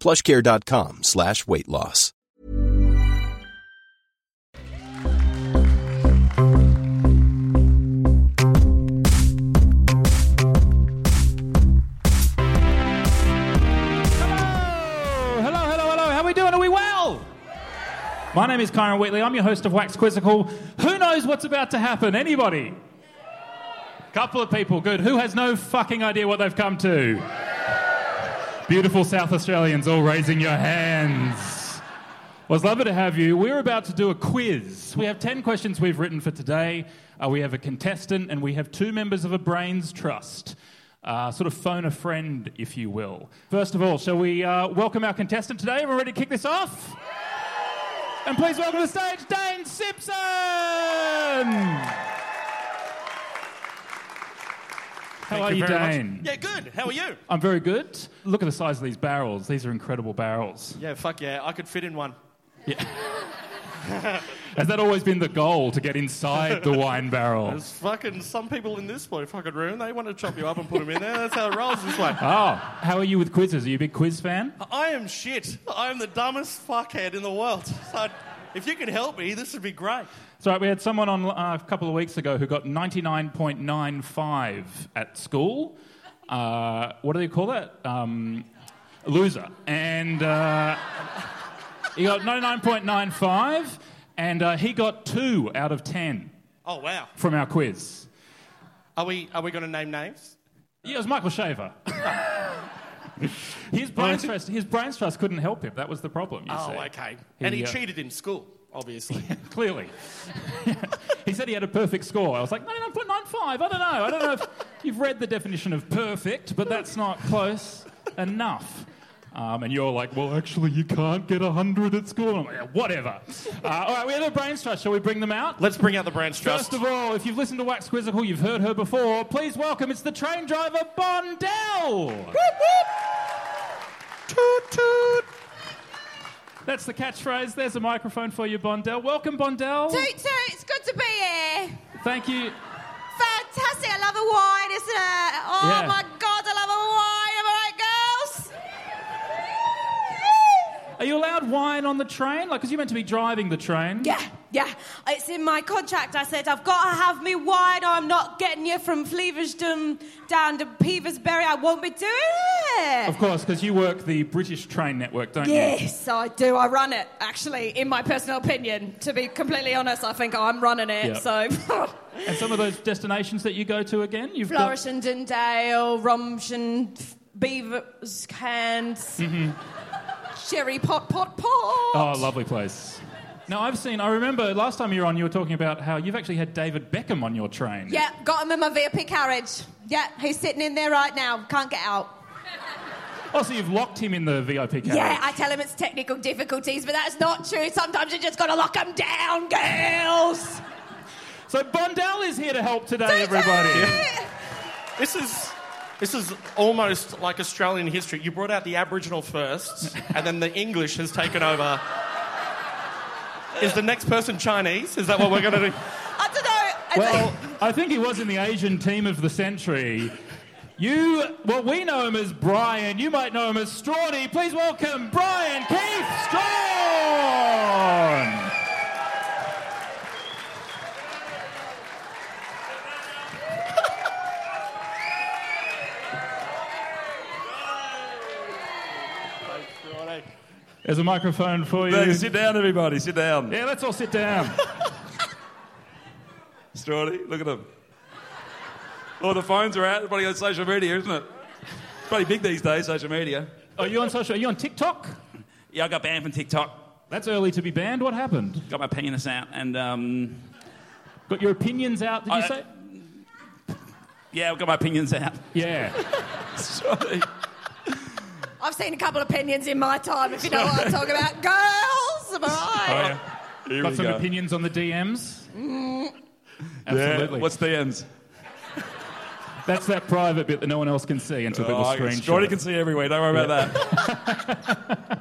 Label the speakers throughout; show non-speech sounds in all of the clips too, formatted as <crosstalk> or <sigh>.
Speaker 1: Plushcare.com slash weight loss.
Speaker 2: Hello, hello, hello. How we doing? Are we well? My name is Kyron Wheatley. I'm your host of Wax Quizzical. Who knows what's about to happen? Anybody? Couple of people. Good. Who has no fucking idea what they've come to? Beautiful South Australians, all raising your hands. Well, it's lovely to have you. We're about to do a quiz. We have 10 questions we've written for today. Uh, we have a contestant and we have two members of a brains trust. Uh, sort of phone a friend, if you will. First of all, shall we uh, welcome our contestant today? Everyone ready to kick this off? And please welcome to the stage Dane Simpson! How are you, Dane?
Speaker 3: Yeah, good. How are you?
Speaker 2: I'm very good. Look at the size of these barrels. These are incredible barrels.
Speaker 3: Yeah, fuck yeah. I could fit in one.
Speaker 2: Has that always been the goal to get inside the wine barrel?
Speaker 3: There's fucking some people in this bloody fucking room. They want to chop you up and put them in there. That's how it rolls this way.
Speaker 2: Oh, how are you with quizzes? Are you a big quiz fan?
Speaker 3: I am shit. I am the dumbest fuckhead in the world. So if you can help me, this would be great.
Speaker 2: It's all right. We had someone on uh, a couple of weeks ago who got 99.95 at school. Uh, what do they call that? Um, loser. And uh, he got 99.95, and uh, he got two out of 10
Speaker 3: Oh wow.
Speaker 2: from our quiz.
Speaker 3: Are we are we going to name names?
Speaker 2: Yeah, it was Michael
Speaker 3: <laughs>
Speaker 2: Shaver. his, brain stress, his brain stress couldn't help him. That was the problem. You see.
Speaker 3: Oh, okay. and he
Speaker 2: uh,
Speaker 3: cheated in school,
Speaker 2: <laughs>
Speaker 3: obviously.
Speaker 2: Clearly. he said he had a perfect score. I was like, 99.95. I don't know. I don't know if you've read the definition of perfect, but that's not close enough. Um, and you're like, well, actually, you can't get 100 at school. I'm like, "Yeah, whatever. Uh, all right, we have a brain trust. Shall we bring them out?
Speaker 3: Let's bring out the branch trust.
Speaker 2: First of all, if you've listened to Wax Quizzical, you've heard her before. Please welcome, it's the train driver, Bondell.
Speaker 3: Toot, toot.
Speaker 2: That's the catchphrase. There's a microphone for you, Bondell. Welcome, Bondell.
Speaker 4: Toot toot, it's good to be here.
Speaker 2: Thank you.
Speaker 4: Fantastic, I love a wine, isn't it? Oh
Speaker 2: Yeah.
Speaker 4: my god, I love a wine, am I right, girls?
Speaker 2: Are you allowed wine on the train? Like, because you're meant to be driving the train.
Speaker 4: Yeah, yeah. It's in my contract. I said I've got to have me wine or I'm not getting you from Fleavesdon down to Peeversbury. I won't be doing it.
Speaker 2: Of course, because you work the British train network, don't you?
Speaker 4: Yes, I do. I run it, actually, in my personal opinion. To be completely honest, I think I'm running it.
Speaker 2: Yeah.
Speaker 4: So, <laughs>
Speaker 2: And some of those destinations that you go to again, you've got-
Speaker 4: Flourish and Dendale, Romshan, Beaver's Cans, Sherry Pot Pot Pot.
Speaker 2: Mm-hmm. Oh, lovely place. Now I've seen. I remember last time you were on, you were talking about how you've actually had David Beckham on your train.
Speaker 4: Yeah, got him in my VIP carriage. Yeah, he's sitting in there right now. Can't get out.
Speaker 2: Oh, so you've locked him in the VIP carriage.
Speaker 4: Yeah, I tell him it's technical difficulties, but that's not true. Sometimes you just gotta lock him down, girls.
Speaker 2: So Bondell is here to help today, everybody.
Speaker 3: This is This is almost like Australian history. You brought out the Aboriginal first, and then the English has taken over. Is the next person Chinese? Is that what we're going
Speaker 5: <laughs>
Speaker 3: to do?
Speaker 4: I don't know. I
Speaker 2: Well, I think he was in the Asian team of the century. You, well, we know him as Brian. You might know him as Strawny. Please welcome Brian Keith Strawn. There's a microphone for you.
Speaker 5: Hey, sit down, everybody. Sit down.
Speaker 2: Yeah, let's all sit down.
Speaker 5: Strawny, look at them. All the phones are out. Everybody on social media, isn't it? It's pretty big these days, social media.
Speaker 2: Are you on social? Are you on TikTok?
Speaker 5: Yeah, I got banned from TikTok.
Speaker 2: That's early to be banned. What happened?
Speaker 5: Got my penis out, and um,
Speaker 2: Got your opinions out? Did you
Speaker 5: I-
Speaker 2: say?
Speaker 5: yeah, I've got my opinions out. <laughs>
Speaker 2: Yeah.
Speaker 5: Strawny.
Speaker 4: I've seen a couple of opinions in my time, if you know what I'm talking
Speaker 2: <laughs>
Speaker 4: about. Girls, am
Speaker 5: Oh,
Speaker 4: I
Speaker 2: Oh,
Speaker 4: right?
Speaker 5: Here
Speaker 2: Got
Speaker 5: we
Speaker 2: some
Speaker 5: go.
Speaker 2: opinions on the DMs?
Speaker 5: Yeah,
Speaker 2: Absolutely.
Speaker 5: what's the ends?
Speaker 2: That's that private bit that no one else can see until people
Speaker 5: Oh,
Speaker 2: screenshot.
Speaker 5: Strawny
Speaker 2: it.
Speaker 5: can see everywhere. Don't worry about that.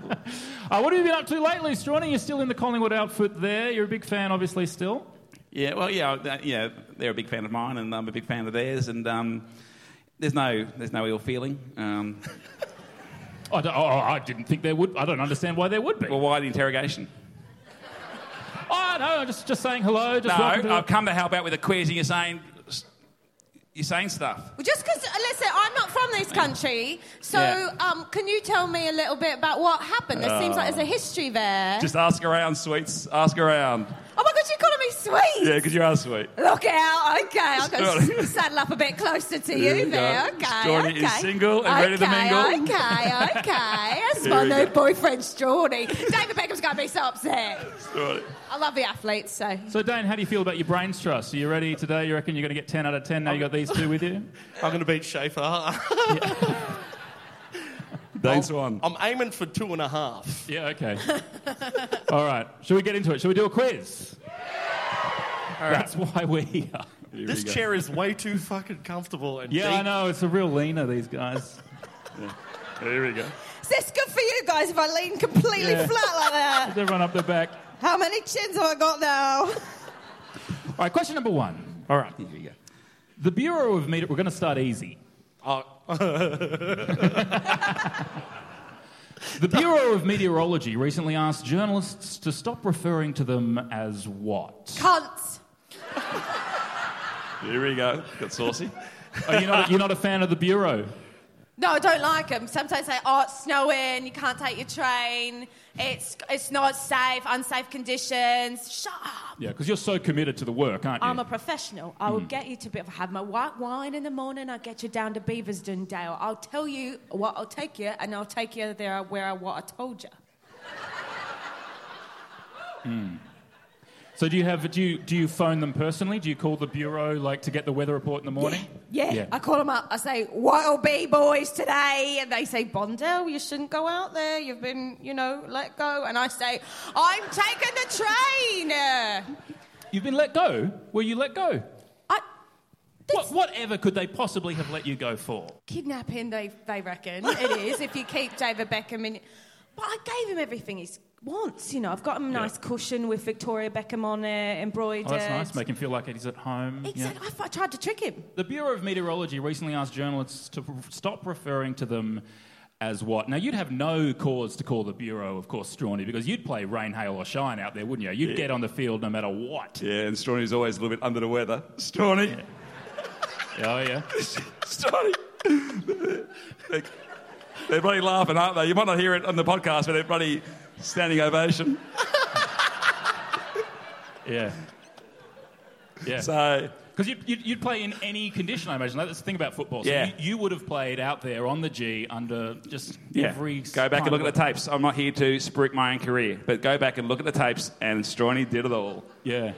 Speaker 2: Uh, what have you been up to lately, Strawny? You're still in the Collingwood outfit there. You're a big fan, obviously, still.
Speaker 5: <laughs> Yeah, well, yeah, that, yeah, they're a big fan of mine, and I'm a big fan of theirs, and um, there's no, there's no ill feeling. <laughs> Um,
Speaker 2: I, don't, oh, I didn't think there would. I don't understand why there would be.
Speaker 5: well, why the interrogation?
Speaker 2: oh no, I'm just just saying hello. Just
Speaker 5: No,
Speaker 2: welcome to-
Speaker 5: I've come to help out with a quiz, and you're saying, you're saying stuff.
Speaker 4: Well, Just because, listen, I'm not from this country, so
Speaker 5: Yeah.
Speaker 4: um, can you tell me a little bit about what happened? It seems like
Speaker 5: Uh.
Speaker 4: there's a history there.
Speaker 5: Just ask around, sweets. Ask around.
Speaker 4: oh my God, you're calling me sweet.
Speaker 5: Yeah, because you are sweet.
Speaker 4: Look out, okay, I'm going
Speaker 5: Strawny.
Speaker 4: to saddle up a bit closer to
Speaker 5: Here
Speaker 4: you
Speaker 5: we go.
Speaker 4: there, okay.
Speaker 5: Strawny is
Speaker 4: okay.
Speaker 5: single and ready to
Speaker 4: Okay,
Speaker 5: mingle.
Speaker 4: Okay, okay,
Speaker 5: <laughs>
Speaker 4: that's
Speaker 5: Here
Speaker 4: my
Speaker 5: we
Speaker 4: new
Speaker 5: go.
Speaker 4: boyfriend, Strawny. David Beckham's going to be so upset.
Speaker 5: Right.
Speaker 4: I love the athletes, so.
Speaker 2: so, Dane, how do you feel about your brains trust? Are you ready today? You reckon you're going to get 10 out of 10 now you got these two with you?
Speaker 3: I'm going to beat
Speaker 5: <laughs>
Speaker 3: Schaefer.
Speaker 5: Dane Swan.
Speaker 3: I'm aiming for two and a half.
Speaker 2: Yeah, okay. <laughs> All right. Shall we get into it? Shall we do a quiz? That's why we're here.
Speaker 3: this chair is way too fucking comfortable and
Speaker 2: Yeah,
Speaker 3: deep.
Speaker 2: I know. It's a real leaner, these guys.
Speaker 5: Here we go.
Speaker 4: Is this good for you guys if I lean completely
Speaker 2: Yeah.
Speaker 4: flat like that?
Speaker 2: Is everyone up the back?
Speaker 4: How many chins have I got now?
Speaker 2: All right, question number one.
Speaker 5: All right. Here we go.
Speaker 2: The Bureau of Media, we're going to start easy.
Speaker 5: Oh.
Speaker 2: <laughs> The Bureau of Meteorology recently asked journalists to stop referring to them as what?
Speaker 4: Cunts.
Speaker 5: Here we go. Got saucy.
Speaker 2: Are you not, Oh, you're not a fan of the Bureau?
Speaker 4: No, I don't like them. Sometimes they, oh, it's snowing, you can't take your train, it's, it's not safe, unsafe conditions. Shut up.
Speaker 2: Yeah, because you're so committed to the work, aren't you?
Speaker 4: I'm a professional. I will get you to be, if I have my white wine in the morning, I'll get you down to Beaversden Dale. I'll tell you what I'll take you, and I'll take you there where I, what I told you.
Speaker 2: so do you have do you do you phone them personally? Do you call the bureau like to get the weather report in the morning?
Speaker 4: Yeah,
Speaker 2: Yeah.
Speaker 4: I call them up. I say, "What'll be, boys, today?" And they say, "Bondell, you shouldn't go out there. You've been, you know, let go." And I say, "I'm taking the train."
Speaker 2: You've been let go. Were you let go?
Speaker 4: I,
Speaker 2: What, whatever could they possibly have let you go for?
Speaker 4: kidnapping, they they reckon it is if you keep David Beckham in. But I gave him everything he wants. You know, I've got him a nice cushion with Victoria Beckham on it, embroidered.
Speaker 2: Oh, that's nice. Make him feel like he's at home. Yeah.
Speaker 4: Exactly. I, I tried to trick him.
Speaker 2: The Bureau of Meteorology recently asked journalists to r- stop referring to them as what? Now, you'd have no cause to call the Bureau, of course, Strawny, because you'd play rain, hail, or shine out there, wouldn't you? You'd get on the field no matter what.
Speaker 5: Yeah, and Strawny's always a little bit under the weather. Strawny.
Speaker 2: Oh, yeah.
Speaker 5: Strawny. They- they're bloody laughing, aren't they? You might not hear it on the podcast, but they're bloody standing ovation.
Speaker 4: <laughs>
Speaker 2: Yeah. Yeah.
Speaker 5: So,
Speaker 2: Because you'd, you'd, you'd play in any condition, I imagine. That's the thing about football. So
Speaker 5: Yeah.
Speaker 2: you, you would have played out there on the G under just
Speaker 5: yeah.
Speaker 2: every.
Speaker 5: go back and look at the tapes. I'm not here to spruik my own career, but go back and look at the tapes, and Strawny did it all.
Speaker 2: Yeah.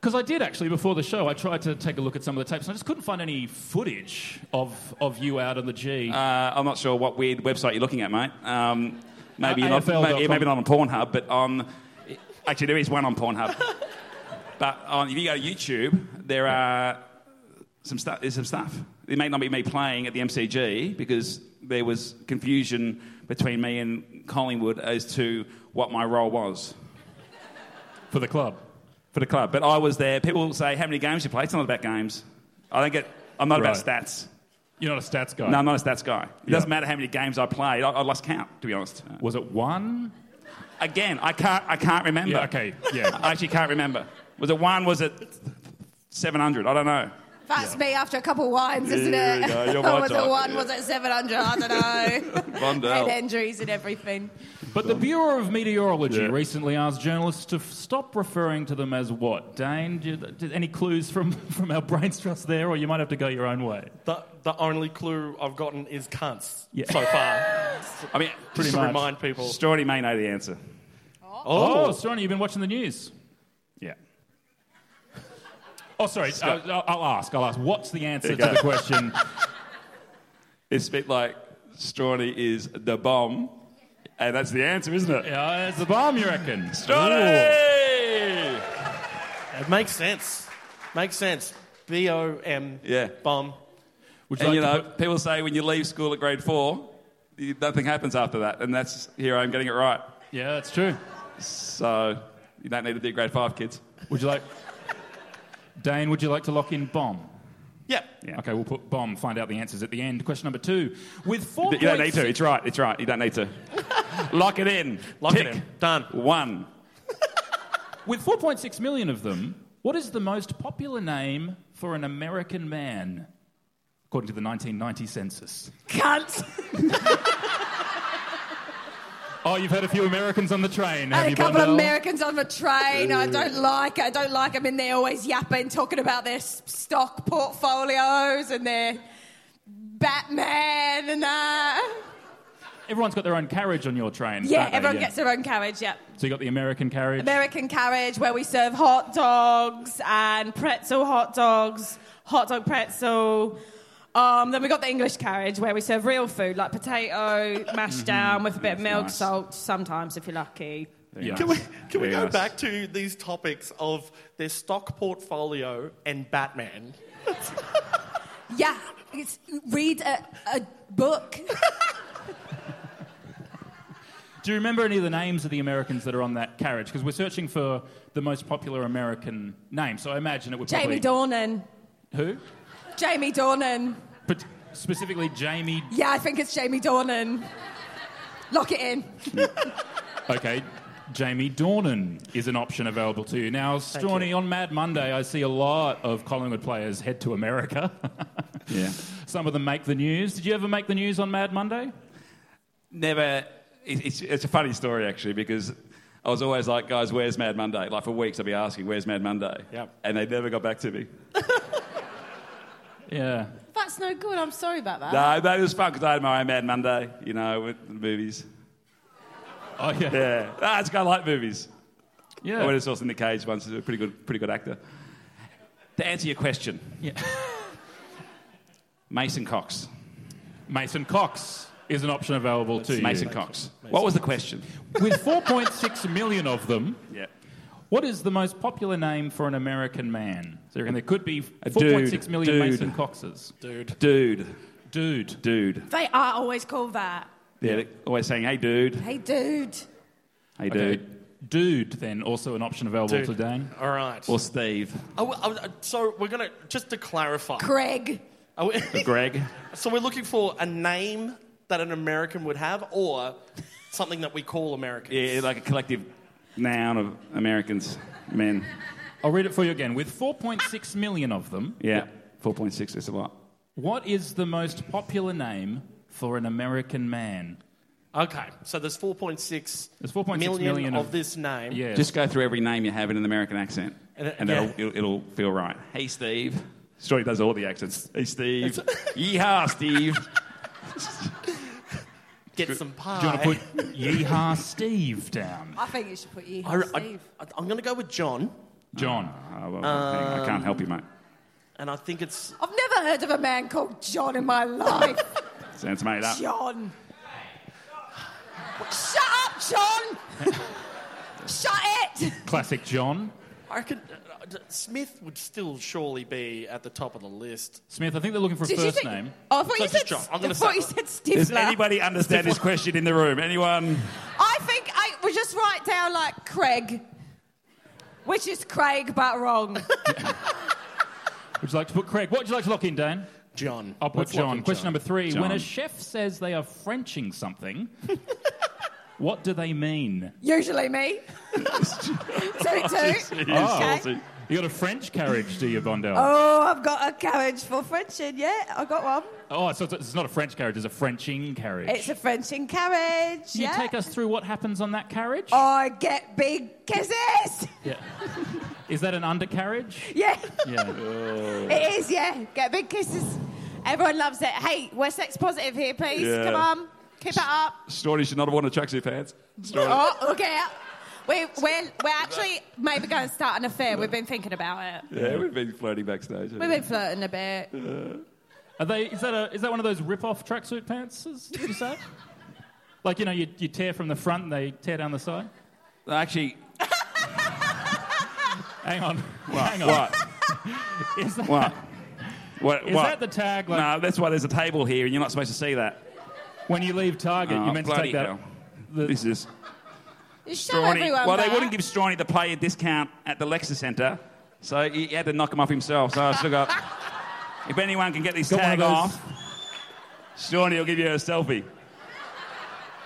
Speaker 2: Because I did actually before the show, I tried to take a look at some of the tapes, and I just couldn't find any footage of, of you out on the G.
Speaker 5: Uh, I'm not sure what weird website you're looking at, mate. Um, maybe,
Speaker 2: Uh,
Speaker 5: you're not,
Speaker 2: AFL.com.
Speaker 5: maybe, maybe not on Pornhub, but on. Actually, there is one on Pornhub. but on, if you go to YouTube, there are some stuff. There's some stuff. it may not be me playing at the MCG because there was confusion between me and Collingwood as to what my role was
Speaker 2: For the club.
Speaker 5: for the club. But I was there. People say, "How many games you play?" It's not about games. I don't get. I'm not about
Speaker 2: Right.
Speaker 5: stats.
Speaker 2: You're not a stats guy.
Speaker 5: No, I'm not a stats guy. It
Speaker 2: Yeah.
Speaker 5: doesn't matter how many games I played. I, I lost count, to be honest. Uh,
Speaker 2: Was it one?
Speaker 5: Again, I can't. I can't remember.
Speaker 2: Yeah, okay, yeah.
Speaker 5: <laughs> I actually can't remember. Was it one? Was it 700? I don't know.
Speaker 4: That's me after a couple of wines, isn't
Speaker 5: Yeah,
Speaker 4: it? <laughs>
Speaker 5: yeah, you're my
Speaker 4: was
Speaker 5: type,
Speaker 4: it one?
Speaker 5: yeah.
Speaker 4: Was it 700? I
Speaker 2: <laughs>
Speaker 4: don't know.
Speaker 5: Blondell.
Speaker 4: Head injuries and everything.
Speaker 2: But the Bureau of Meteorology
Speaker 5: Yeah.
Speaker 2: recently asked journalists to f- stop referring to them as what? Dane, do you, did- any clues from, <laughs> from our brains trust there, or you might have to go your own way?
Speaker 3: The, the only clue I've gotten is cunts
Speaker 2: Yeah.
Speaker 3: so
Speaker 2: <laughs>
Speaker 3: far.
Speaker 5: I mean,
Speaker 3: Just to
Speaker 2: much.
Speaker 3: remind people.
Speaker 5: Stormy may know the answer.
Speaker 2: Oh, Stormy, you've been watching the news.
Speaker 5: Yeah.
Speaker 2: Oh, sorry. Uh, I'll- I'll ask. I'll ask. What's the answer to
Speaker 5: Okay.
Speaker 2: the
Speaker 5: <laughs>
Speaker 2: question?
Speaker 5: It's a bit like Strawny is the bomb, and that's the answer, isn't it?
Speaker 2: yeah, it's the bomb, you reckon?
Speaker 5: Strawny!
Speaker 3: It makes sense. Makes sense. B O M.
Speaker 5: Yeah.
Speaker 3: Bomb.
Speaker 2: Would you
Speaker 5: And
Speaker 2: like
Speaker 5: you
Speaker 2: to
Speaker 5: know,
Speaker 2: put-
Speaker 5: people say when you leave school at grade four, you- nothing happens after that, and that's here I'm getting it right.
Speaker 2: yeah, that's true.
Speaker 5: So you don't need to do grade five, kids.
Speaker 2: Would you like, Dane? Would you like to lock in bomb?
Speaker 3: Yeah.
Speaker 2: Okay, we'll put bomb. Find out the answers at the end. Question number two. With four,
Speaker 5: You don't need
Speaker 2: points-
Speaker 5: to. It's right. It's right. You
Speaker 2: <laughs>
Speaker 5: don't need to. Lock it in.
Speaker 3: Lock it
Speaker 5: Tick.
Speaker 3: in. Done.
Speaker 5: One.
Speaker 2: With 4.6 million of them, what is the most popular name for an American man, according to the 1990 census?
Speaker 4: Cunt.
Speaker 2: Oh, you've heard a few Americans on the train, have
Speaker 4: And
Speaker 2: you,
Speaker 4: a couple of
Speaker 2: Blondell?
Speaker 4: Americans on the train. I don't like. I don't like them, and they're always yapping, talking about their s- stock portfolios and their Batman and that.
Speaker 2: Everyone's got their own carriage on your train.
Speaker 4: Yeah,
Speaker 2: don't they?
Speaker 4: everyone gets their own carriage. Yeah,
Speaker 2: So you got the American carriage.
Speaker 4: American carriage where we serve hot dogs and pretzel hot dogs, hot dog pretzel. Um, then we got the English carriage where we serve real food like potato mashed down with a bit of milk,
Speaker 5: nice.
Speaker 4: salt sometimes if you're lucky.
Speaker 2: Yeah.
Speaker 3: Can we, can we
Speaker 5: Very
Speaker 3: go
Speaker 5: nice.
Speaker 3: back to these topics of their stock portfolio and Batman?
Speaker 4: Yeah, it's, read a, a book.
Speaker 2: Do you remember any of the names of the Americans that are on that carriage? Because we're searching for the most popular American name. So I imagine it would
Speaker 4: Jamie
Speaker 2: probably...
Speaker 4: Dornan.
Speaker 2: Who?
Speaker 4: Jamie Dornan.
Speaker 2: But specifically Jamie...
Speaker 4: Yeah, I think it's Jamie Dornan. Lock it in.
Speaker 2: Okay, Jamie Dornan is an option available to you. Now, Strawny, on Mad Monday, I see a lot of Collingwood players head to America.
Speaker 5: <laughs> Yeah.
Speaker 2: Some of them make the news. Did you ever make the news on Mad Monday?
Speaker 5: Never. it- It's, it's a funny story actually because I was always like, guys, where's Mad Monday? Like for weeks, I'd be asking, where's Mad Monday?
Speaker 3: Yep.
Speaker 5: And they never got back to me.
Speaker 2: Yeah.
Speaker 4: That's no good. I'm sorry about that.
Speaker 3: Ah.
Speaker 5: No, but it was fun because I had my own Mad Monday. You know, with the movies.
Speaker 2: Oh, yeah.
Speaker 5: Yeah, ah, it's kind of like movies.
Speaker 2: Yeah.
Speaker 5: I went and saw us in the cage once. He's a pretty good, pretty good actor. To answer your question,
Speaker 2: Yeah.
Speaker 5: <laughs> Mason Cox.
Speaker 2: Mason Cox is an option available to you.
Speaker 5: Mason Cox. What was the question?
Speaker 2: With 4.6 million of them,
Speaker 5: Yeah.
Speaker 2: what is the most popular name for an American man? So you reckon there could be
Speaker 5: A
Speaker 2: 4.6
Speaker 5: dude,
Speaker 2: million
Speaker 5: dude.
Speaker 2: Mason Coxes.
Speaker 5: Dude. Dude.
Speaker 2: Dude.
Speaker 5: Dude.
Speaker 4: They are always called that.
Speaker 5: Yeah, they're always saying, hey, dude.
Speaker 4: Hey, dude.
Speaker 5: Hey,
Speaker 2: Okay.
Speaker 5: dude.
Speaker 2: Dude, then, also an option available
Speaker 3: Dude.
Speaker 2: to Dane.
Speaker 3: All right.
Speaker 5: Or Steve.
Speaker 3: Are we- are- so we're going to, just to clarify.
Speaker 4: Greg.
Speaker 3: Are we, <laughs>
Speaker 5: Greg.
Speaker 3: so we're looking for a name that an American would have or something that we call Americans.
Speaker 5: Yeah, like a collective noun of Americans, men.
Speaker 2: I'll read it for you again. With 4.6 million of them,
Speaker 5: Yeah. 4.6 is a lot.
Speaker 2: what is the most popular name for an American man?
Speaker 3: Okay, so there's 4.6
Speaker 2: There's 4.6
Speaker 3: million,
Speaker 2: million
Speaker 3: of,
Speaker 2: of-
Speaker 3: this name.
Speaker 2: Yeah.
Speaker 5: Just go through every name you have in an American accent,
Speaker 3: And
Speaker 5: and,
Speaker 3: it-
Speaker 5: that'll-
Speaker 3: yeah.
Speaker 5: it'll, it'll feel right. Hey, Steve. Story does all the accents. Hey, Steve. <laughs> Yeehaw, Steve.
Speaker 3: Get some pie.
Speaker 2: Do you want
Speaker 5: <laughs>
Speaker 2: to put Yeehaw Steve down?
Speaker 4: I think you should put you.
Speaker 3: I, I, I'm going to go with John,
Speaker 2: John.
Speaker 5: Oh, well, hang on. I can't help you, mate.
Speaker 3: and I think it's
Speaker 4: I've never heard of a man called John in my
Speaker 3: <laughs>
Speaker 4: life.
Speaker 5: Sounds made up.
Speaker 4: John. Shut
Speaker 3: <laughs>
Speaker 4: up, John. Shut it.
Speaker 2: Classic John.
Speaker 3: I reckon d- Smith would still surely be at the top of the list.
Speaker 2: Smith, I think they're looking for a
Speaker 4: Did you
Speaker 2: first
Speaker 4: think-
Speaker 2: name.
Speaker 4: Oh, I thought
Speaker 3: No,
Speaker 4: you
Speaker 3: just
Speaker 4: said.
Speaker 3: John. I'm
Speaker 4: I
Speaker 3: gonna
Speaker 4: thought you
Speaker 3: say-
Speaker 4: said
Speaker 5: Does
Speaker 4: Stifler.
Speaker 5: anybody understand this question in the room? Anyone?
Speaker 4: I think I would just write down like Craig, which is Craig but wrong.
Speaker 2: Would you like to put Craig? What would you like to lock in, Dan?
Speaker 3: John.
Speaker 2: I'll put
Speaker 3: Let's lock
Speaker 2: John.
Speaker 3: in
Speaker 2: Question number three.
Speaker 5: John.
Speaker 2: When a chef says they are Frenching something, <laughs> what do they mean?
Speaker 4: Usually me. <laughs> two two. Okay.
Speaker 2: Oh. You got a French carriage, do you, Bondell?
Speaker 4: Oh, I've got a carriage for Frenching. Yeah, I got one.
Speaker 2: Oh, so it's, it's not a French carriage, it's a Frenching carriage.
Speaker 4: It's a Frenching carriage.
Speaker 2: Can you
Speaker 4: yeah.
Speaker 2: take us through what happens on that carriage?
Speaker 4: I get big kisses. <laughs>
Speaker 2: Yeah. Is that an undercarriage?
Speaker 4: Yeah,
Speaker 2: Yeah.
Speaker 4: it is. Yeah, get big kisses. Everyone loves it. Hey, we're sex positive here, please.
Speaker 5: Yeah.
Speaker 4: Come on, keep it up.
Speaker 5: Storty should not have worn a tracksuit pants. Storty.
Speaker 4: Oh, look out. We, we're, we're actually maybe going to start an affair. We've been thinking about it.
Speaker 5: Yeah, we've been flirting backstage.
Speaker 4: We've been flirting a bit.
Speaker 2: Are they, is, that a, is that one of those rip-off tracksuit pants, is what you
Speaker 4: <laughs>
Speaker 2: say? like, you know, you, you tear from the front and they tear down the side?
Speaker 5: Actually,
Speaker 2: Hang on. Hang on.
Speaker 5: what?
Speaker 2: <laughs> Is that,
Speaker 5: What? What?
Speaker 2: is
Speaker 5: what?
Speaker 2: that the tag? Like,
Speaker 5: no, that's why there's a table here, and you're not supposed to see that.
Speaker 2: when you leave Target,
Speaker 5: Oh,
Speaker 2: you're meant to
Speaker 5: bloody
Speaker 2: take that.
Speaker 5: hell.
Speaker 2: the-
Speaker 5: This is
Speaker 4: You show
Speaker 5: Strawny.
Speaker 4: everyone.
Speaker 5: Well, they
Speaker 4: that.
Speaker 5: wouldn't give Strawny the player discount at the Lexus Centre, so he had to knock him off himself. So I
Speaker 4: <laughs>
Speaker 5: still got. if anyone can get this
Speaker 2: Got one of
Speaker 5: tag
Speaker 2: those-
Speaker 5: off, Strawny will give you a selfie.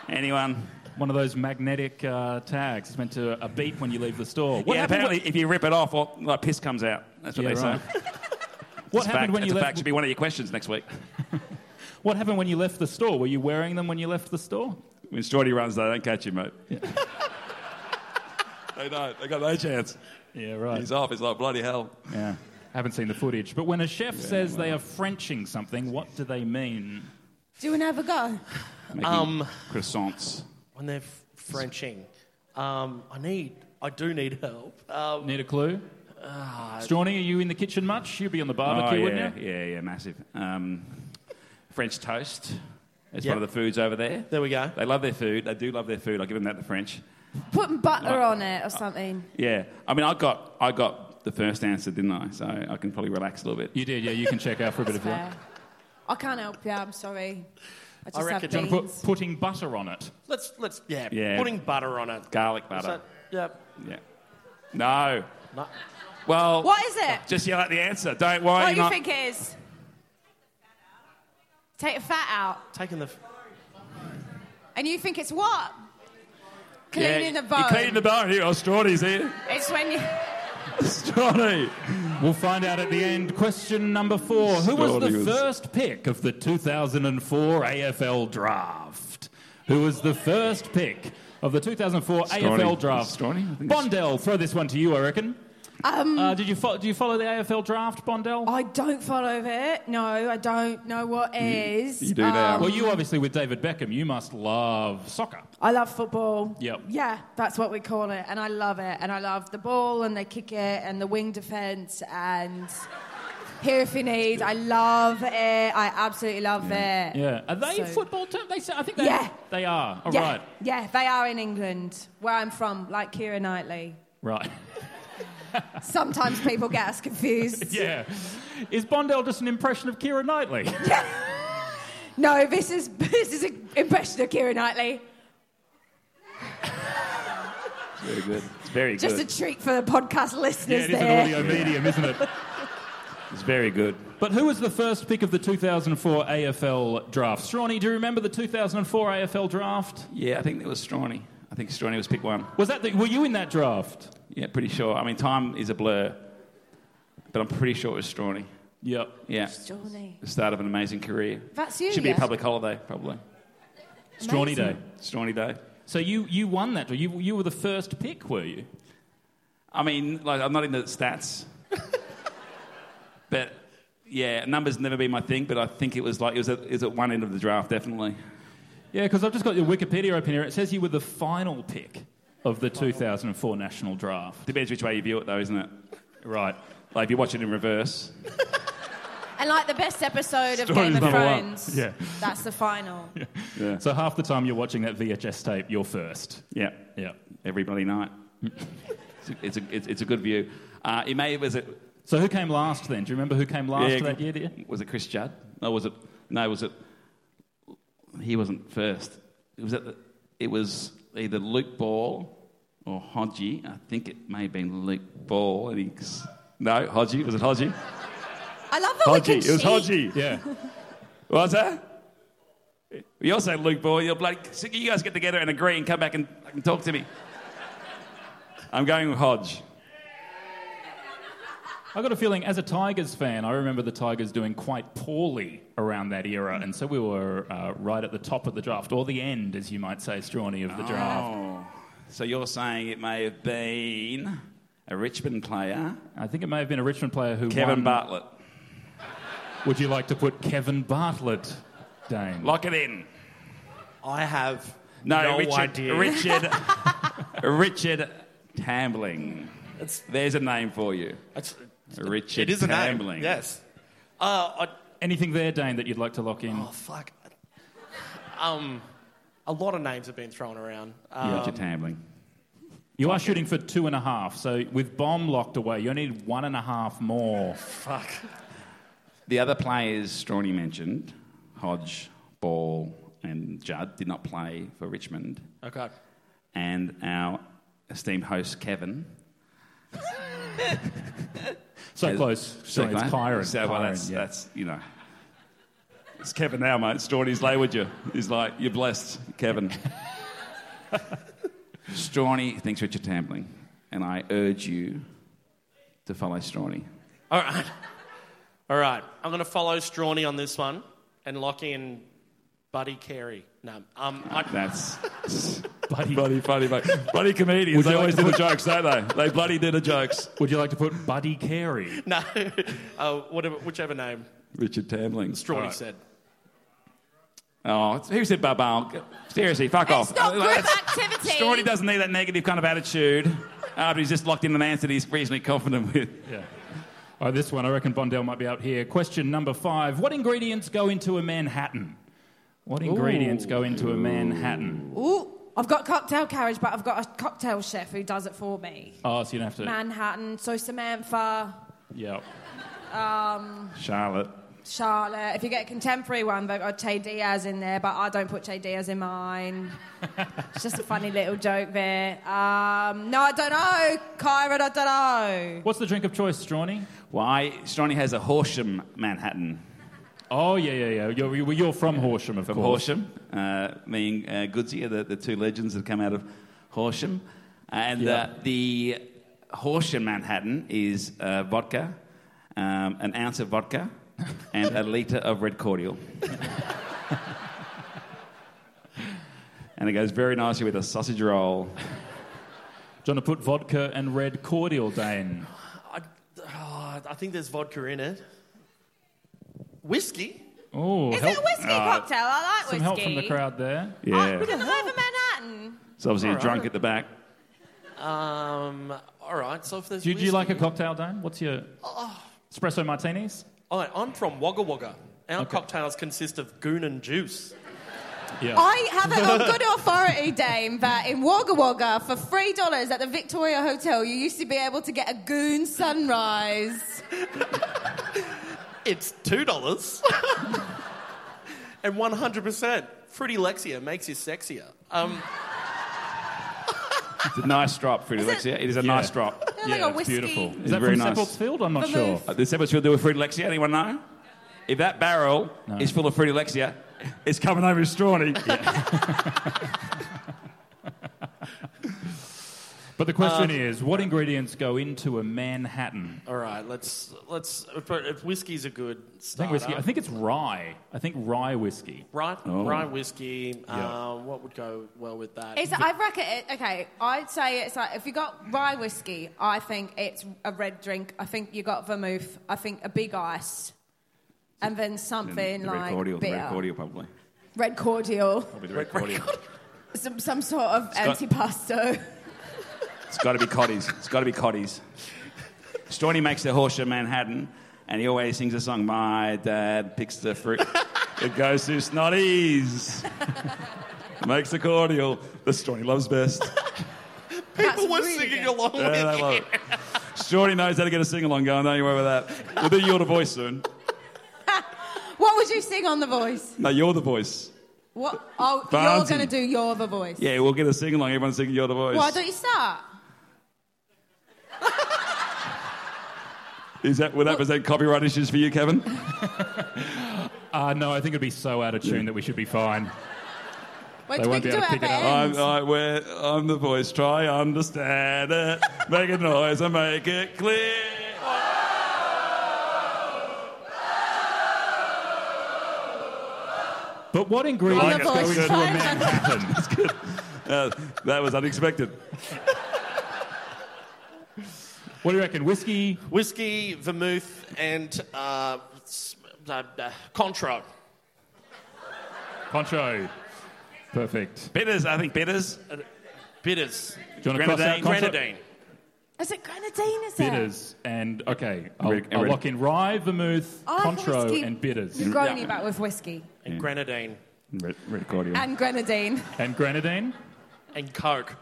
Speaker 5: Anyone?
Speaker 2: One of those magnetic uh, tags. It's meant to a beep when you leave the store. What
Speaker 5: yeah,
Speaker 2: happened
Speaker 5: apparently, if you rip it off, well, like piss comes out. That's what
Speaker 2: Yeah,
Speaker 5: they
Speaker 2: right.
Speaker 5: say.
Speaker 2: when- what
Speaker 5: It's a
Speaker 2: happened
Speaker 5: fact.
Speaker 2: when
Speaker 5: It's
Speaker 2: you
Speaker 5: a
Speaker 2: left?
Speaker 5: fact. Should be one of your questions next week.
Speaker 2: What happened when you left the store? Were you wearing them when you left the store?
Speaker 5: When Strawny runs, they don't catch him, mate. <laughs> they don't. They got no chance.
Speaker 2: Yeah, right.
Speaker 5: He's off. It's like bloody hell.
Speaker 2: Yeah, haven't seen the footage. But when a chef says they are Frenching something, what do they mean?
Speaker 4: Do you want to have a go?
Speaker 5: Making
Speaker 2: Um,
Speaker 5: croissants.
Speaker 3: When they're f- Frenching, um, I need, I do need help. Um,
Speaker 2: Need a clue? Uh, Strawny, are you in the kitchen much? You'd be on the barbecue,
Speaker 5: oh, yeah,
Speaker 2: wouldn't you?
Speaker 5: Yeah, yeah, massive. Um, French toast is
Speaker 3: Yep.
Speaker 5: one of the foods over there.
Speaker 3: There we go.
Speaker 5: They love their food. They do love their food. I give them that. The French.
Speaker 4: Putting butter on it or something.
Speaker 5: Yeah. I mean, I got I got the first answer, didn't I? So I can probably relax a little bit.
Speaker 2: You did, yeah. You can check out for a bit if you
Speaker 4: Fair.
Speaker 2: want.
Speaker 4: I can't help you. I'm sorry. I just
Speaker 3: reckon-
Speaker 4: have
Speaker 3: Do you
Speaker 4: beans.
Speaker 3: wanna
Speaker 2: Put, putting butter on it.
Speaker 3: let's, let's, yeah,
Speaker 5: Yeah.
Speaker 3: putting butter on it.
Speaker 5: Garlic
Speaker 3: Is
Speaker 5: butter.
Speaker 3: that- yeah.
Speaker 5: Yeah. No.
Speaker 3: No.
Speaker 5: Well.
Speaker 4: What is it?
Speaker 5: Just yell out the answer. Don't worry.
Speaker 4: what do you
Speaker 5: not-
Speaker 4: think it is? Take the fat out.
Speaker 3: Taking the. f-
Speaker 4: And you think it's what?
Speaker 5: Yeah,
Speaker 4: Cleaning the bone.
Speaker 5: You're cleaning the bone here. Oh, Strawny's here.
Speaker 4: It's when you.
Speaker 5: Strawny.
Speaker 2: We'll find out at the end. Question number four Who was
Speaker 5: Strawny
Speaker 2: the
Speaker 5: was-
Speaker 2: first pick of the 2004 AFL draft? Who was the first pick of the 2004 AFL draft?
Speaker 5: Strawny, I think it's-
Speaker 2: Bondell, throw this one to you, I reckon.
Speaker 4: Um,
Speaker 2: uh, did you fo- do you follow the AFL draft, Bondell?
Speaker 4: I don't follow it. No, I don't know what is.
Speaker 5: <laughs> You do now.
Speaker 2: Well, you obviously with David Beckham, you must love soccer.
Speaker 4: I love football.
Speaker 2: Yep.
Speaker 4: Yeah, that's what we call it. And I love it. And I love the ball and they kick it and the wing defence and
Speaker 2: <laughs>
Speaker 4: here if you need. I love it. I absolutely love it.
Speaker 2: Yeah, are they
Speaker 4: So-
Speaker 2: football team? They, say- I think they,
Speaker 4: Yeah.
Speaker 2: they are. All
Speaker 4: Yeah,
Speaker 2: right,
Speaker 4: yeah, they are in England, where I'm from, like Kira Knightley.
Speaker 2: right, <laughs>
Speaker 4: Sometimes people get us
Speaker 2: <laughs>
Speaker 4: confused.
Speaker 2: yeah. Is Bondell just an impression of Kira Knightley?
Speaker 4: No, this is <laughs> this is an impression of Kira Knightley.
Speaker 5: Very good. It's very
Speaker 4: Just
Speaker 5: good.
Speaker 4: a treat for the podcast
Speaker 2: yeah,
Speaker 4: listeners
Speaker 2: it is an
Speaker 4: there.
Speaker 2: audio medium, isn't it?
Speaker 5: It's very good.
Speaker 2: But who was the first pick of the 2004 AFL draft? Strawny, do you remember the 2004 AFL draft?
Speaker 5: Yeah, I think it was Strawny. I think Strawny was pick one.
Speaker 2: Was that the, were you in that draft?
Speaker 5: Yeah, pretty sure. I mean, time is a blur, but I'm pretty sure it was Strawny.
Speaker 2: Yep.
Speaker 5: Yeah,
Speaker 4: Johnny.
Speaker 5: the start of an amazing career.
Speaker 4: That's you,
Speaker 5: Should be
Speaker 4: yeah?
Speaker 5: a public holiday, probably.
Speaker 2: Strawny day.
Speaker 5: Strawny Day.
Speaker 2: So you, you won that. You, you were the first pick, were you?
Speaker 5: I mean, like, I'm not
Speaker 4: <laughs>
Speaker 5: into stats, but yeah, numbers never been my thing. But I think it was like it was at, it was at one end of the draft, definitely.
Speaker 2: Yeah, because I've just got your Wikipedia open here. It says you were the final pick of the 2004 national draft.
Speaker 5: Depends which way you view it, though, isn't it?
Speaker 2: Right.
Speaker 5: Like if you watch it in reverse,
Speaker 4: And like the best episode of
Speaker 5: Story's
Speaker 4: Game of
Speaker 5: number one.
Speaker 4: Thrones.
Speaker 2: Yeah.
Speaker 4: That's the final.
Speaker 5: yeah,
Speaker 2: So half the time you're watching that VHS tape, you're first.
Speaker 5: yeah,
Speaker 2: Yeah.
Speaker 5: every bloody night. it's, a, it's a it's, it's a good view. Uh, it may was it
Speaker 2: So who came last then? Do you remember who came last
Speaker 5: Yeah,
Speaker 2: that year, do you?
Speaker 5: was it Chris Judd? No, was it no? Was it he wasn't first? It was at the, it was either Luke Ball or Hodgie. I think it may have been Luke Ball. And he, no, Hodgie was it Hodgie?
Speaker 4: I love that we can
Speaker 5: Hodgie. It was
Speaker 4: cheat.
Speaker 5: Hodgie.
Speaker 2: Yeah.
Speaker 5: Was that? You're saying Luke Ball. You're bloody. sick. You guys get together and agree and come back and, and talk to me. I'm going with Hodge.
Speaker 2: I got a feeling as a Tigers fan, I remember the Tigers doing quite poorly around that era, and so we were uh, right at the top of the draft, or the end, as you might say, Strawny, of the draft.
Speaker 5: Oh, so you're saying it may have been a Richmond player,
Speaker 2: I think it may have been a Richmond player who
Speaker 5: Oh. Kevin
Speaker 2: won.
Speaker 5: Bartlett.
Speaker 2: Would you like to put Kevin Bartlett, Dane?
Speaker 5: Lock it in.
Speaker 3: I have
Speaker 5: No,
Speaker 3: no,
Speaker 5: Richard,
Speaker 3: idea. <laughs>
Speaker 5: Richard, Richard Tambling. There's a name for you.
Speaker 3: That's-
Speaker 5: Richard
Speaker 3: it is a name.
Speaker 5: Tambling.
Speaker 3: Yes. Uh, I,
Speaker 2: Anything there, Dane, that you'd like to lock in?
Speaker 3: oh fuck. Um, a lot of names have been thrown around. Um,
Speaker 5: Richard Tambling.
Speaker 2: you are shooting for two and a half, so with bomb locked away, you only need one and a half more.
Speaker 3: Fuck.
Speaker 5: The other players Strawny mentioned, Hodge, Ball, and Judd, did not play for Richmond.
Speaker 3: Okay.
Speaker 5: And our esteemed host, Kevin.
Speaker 2: So close. Sorry, it's Kyron.
Speaker 5: So, well,
Speaker 2: Kyron,
Speaker 5: that's,
Speaker 2: yeah.
Speaker 5: that's, you know. It's Kevin now, mate. Strawny's Laywoodger. He's like, you're blessed, <laughs> Kevin. Strawny thinks Richard Tambling, and I urge you to follow Strawny.
Speaker 3: All right. All right. I'm going to follow Strawny on this one and lock in Buddy Carey. No. Um, I,
Speaker 5: That's
Speaker 2: Buddy,
Speaker 5: <laughs> bloody funny, mate. Bloody comedians.
Speaker 2: Would you
Speaker 5: they
Speaker 2: like
Speaker 5: always
Speaker 2: to
Speaker 5: do the
Speaker 2: put-
Speaker 5: jokes, don't they? They bloody do the jokes.
Speaker 2: Would you like to put Buddy Carey?
Speaker 3: no. <laughs> uh, whatever, whichever name
Speaker 5: Richard Tambling.
Speaker 3: Strawny
Speaker 5: All right.
Speaker 3: said.
Speaker 5: Oh, who said Babal? Seriously, fuck off.
Speaker 4: It's not group
Speaker 5: That's-
Speaker 4: activity.
Speaker 5: Strawny doesn't need that negative kind of attitude. Uh, but he's just locked in an answer that he's reasonably confident with.
Speaker 2: Yeah. All right, Oh, this one, I reckon Bondell might be out here. Question number five What ingredients go into a Manhattan? What ingredients go into a Manhattan?
Speaker 4: Ooh, I've got cocktail carriage, but I've got a cocktail chef who does it for me.
Speaker 2: Oh, so you don't have to.
Speaker 4: Manhattan, so Samantha,
Speaker 2: Yeah.
Speaker 5: Charlotte.
Speaker 4: Charlotte. If you get a contemporary one, they've got Che Diaz in there, but I don't put Che Diaz in mine. it's just a funny little joke there. Um, no, I don't know, Kyron. I don't know.
Speaker 2: What's the drink of choice, Strawny?
Speaker 5: Why? Strawny has a Horsham Manhattan.
Speaker 2: Oh, yeah, yeah, yeah. You're, you're you're from Horsham, of
Speaker 5: From
Speaker 2: course.
Speaker 5: Horsham. Uh, me and uh, Goodsy are the, the two legends that come out of Horsham. And uh,
Speaker 2: Yeah.
Speaker 5: the Horsham Manhattan is uh, vodka, um, an ounce of vodka, and a litre of red cordial. and it goes very nicely with a sausage roll.
Speaker 2: Do you want to put vodka and red cordial, Dane?
Speaker 3: I, oh, I think there's vodka in it. Whiskey?
Speaker 2: Oh,
Speaker 4: Is
Speaker 2: help.
Speaker 4: it a whiskey cocktail? I like
Speaker 2: Some
Speaker 4: whiskey.
Speaker 2: help from the crowd there.
Speaker 5: Yeah.
Speaker 4: Look at Manhattan.
Speaker 5: So obviously you're drunk at the back.
Speaker 3: Um, all right. So if there's
Speaker 2: Do, you- do you like a
Speaker 3: whiskey-
Speaker 2: cocktail, Dane? What's your.
Speaker 4: Oh.
Speaker 2: Espresso martinis?
Speaker 3: All right, I'm from Wagga Wagga. Our cocktails consist of goon and juice.
Speaker 2: Yeah.
Speaker 4: I have it on
Speaker 5: <laughs>
Speaker 4: good authority, Dame, that in Wagga Wagga, for $3 at the Victoria Hotel, you used to be able to get a goon sunrise.
Speaker 3: It's two dollars <laughs> and one hundred percent. Fruity Lexia makes you sexier. Um,
Speaker 5: It's a nice drop, Fruity
Speaker 4: Is it-
Speaker 5: Lexia. It is a
Speaker 2: Yeah.
Speaker 5: nice drop.
Speaker 4: They're like a
Speaker 2: it's
Speaker 4: whiskey.
Speaker 2: beautiful.
Speaker 5: It's
Speaker 2: Is that
Speaker 5: very
Speaker 2: from
Speaker 5: nice.
Speaker 2: Seppelt's Field? I'm not
Speaker 4: The
Speaker 2: sure.
Speaker 4: move.
Speaker 5: Uh, This episode do with Fruity Lexia. Anyone know? If that barrel is full of Fruity Lexia, it's coming over
Speaker 2: <laughs>
Speaker 5: as Strawny.
Speaker 2: But the
Speaker 5: Uh,
Speaker 2: question is, what ingredients go into a Manhattan?
Speaker 3: all right, let's let's. If, if whiskey's a good
Speaker 2: I think
Speaker 3: starter,
Speaker 2: whiskey. I think it's rye. I think rye whiskey.
Speaker 3: right,
Speaker 5: Oh.
Speaker 3: rye whiskey.
Speaker 2: Yeah.
Speaker 3: Uh, what would go well with that?
Speaker 4: It's, I reckon it, okay, I'd say it's like, if you got rye whiskey, I think it's a red drink. I think you got vermouth. I think a big ice. And then something
Speaker 5: The
Speaker 4: like
Speaker 5: red cordial, the
Speaker 4: beer.
Speaker 5: red cordial, probably.
Speaker 4: Red cordial.
Speaker 5: Probably the red cordial.
Speaker 4: Some, some sort of antipasto.
Speaker 5: It's got to be Coddies. It's got to be Coddies. Strawny makes the horseshoe Manhattan, and he always sings a song. My dad picks the fruit. It goes to Snotties. makes the cordial. The Strawny loves best.
Speaker 4: That's
Speaker 3: People were
Speaker 4: really
Speaker 3: singing
Speaker 4: good.
Speaker 3: along
Speaker 5: Yeah,
Speaker 3: with
Speaker 5: they love
Speaker 3: it.
Speaker 5: it.
Speaker 6: Shorty knows how to get a sing along going, don't you worry about that. We'll do You're the Voice soon.
Speaker 4: What would you sing on The Voice?
Speaker 6: No, You're the Voice.
Speaker 4: What? Oh, you're
Speaker 6: Barnsley.
Speaker 4: going to do You're the Voice.
Speaker 6: Yeah, we'll get a sing along. Everyone's singing You're the Voice.
Speaker 4: Why don't you start?
Speaker 6: Is that, will that present copyright issues for you, Kevin?
Speaker 2: Uh, no, I think it'd be so out of tune that we should be fine.
Speaker 4: Wait,
Speaker 2: They
Speaker 4: we
Speaker 2: won't
Speaker 4: can
Speaker 2: be
Speaker 4: do
Speaker 2: able to
Speaker 4: it at
Speaker 2: pick
Speaker 4: the
Speaker 2: it up.
Speaker 4: end.
Speaker 6: I'm, I, we're, I'm the voice. Try understand it. Make a noise and make it clear.
Speaker 2: But what ingredients
Speaker 4: the
Speaker 2: go
Speaker 4: voice.
Speaker 2: into a
Speaker 4: Fine.
Speaker 2: Manhattan?
Speaker 6: Uh, that was unexpected.
Speaker 2: what do you reckon? Whiskey?
Speaker 3: Whiskey, vermouth, and uh, s- uh, uh, Contro.
Speaker 2: Concho. Perfect.
Speaker 6: Bitters, I think bitters.
Speaker 3: Bitters.
Speaker 2: Do you want to cross out
Speaker 6: Grenadine.
Speaker 2: Concho?
Speaker 3: Grenadine.
Speaker 4: Is it grenadine? Is it?
Speaker 2: Bitters and okay, I'll,
Speaker 5: Rick-
Speaker 2: I'll
Speaker 5: Rick-
Speaker 2: lock in rye, vermouth,
Speaker 4: Oh, I have
Speaker 2: Contro,
Speaker 4: whiskey.
Speaker 2: and bitters
Speaker 4: You got me back with whiskey
Speaker 3: And Grenadine.
Speaker 5: Red, red accordion.
Speaker 4: and grenadine.
Speaker 2: and grenadine.
Speaker 3: And Coke.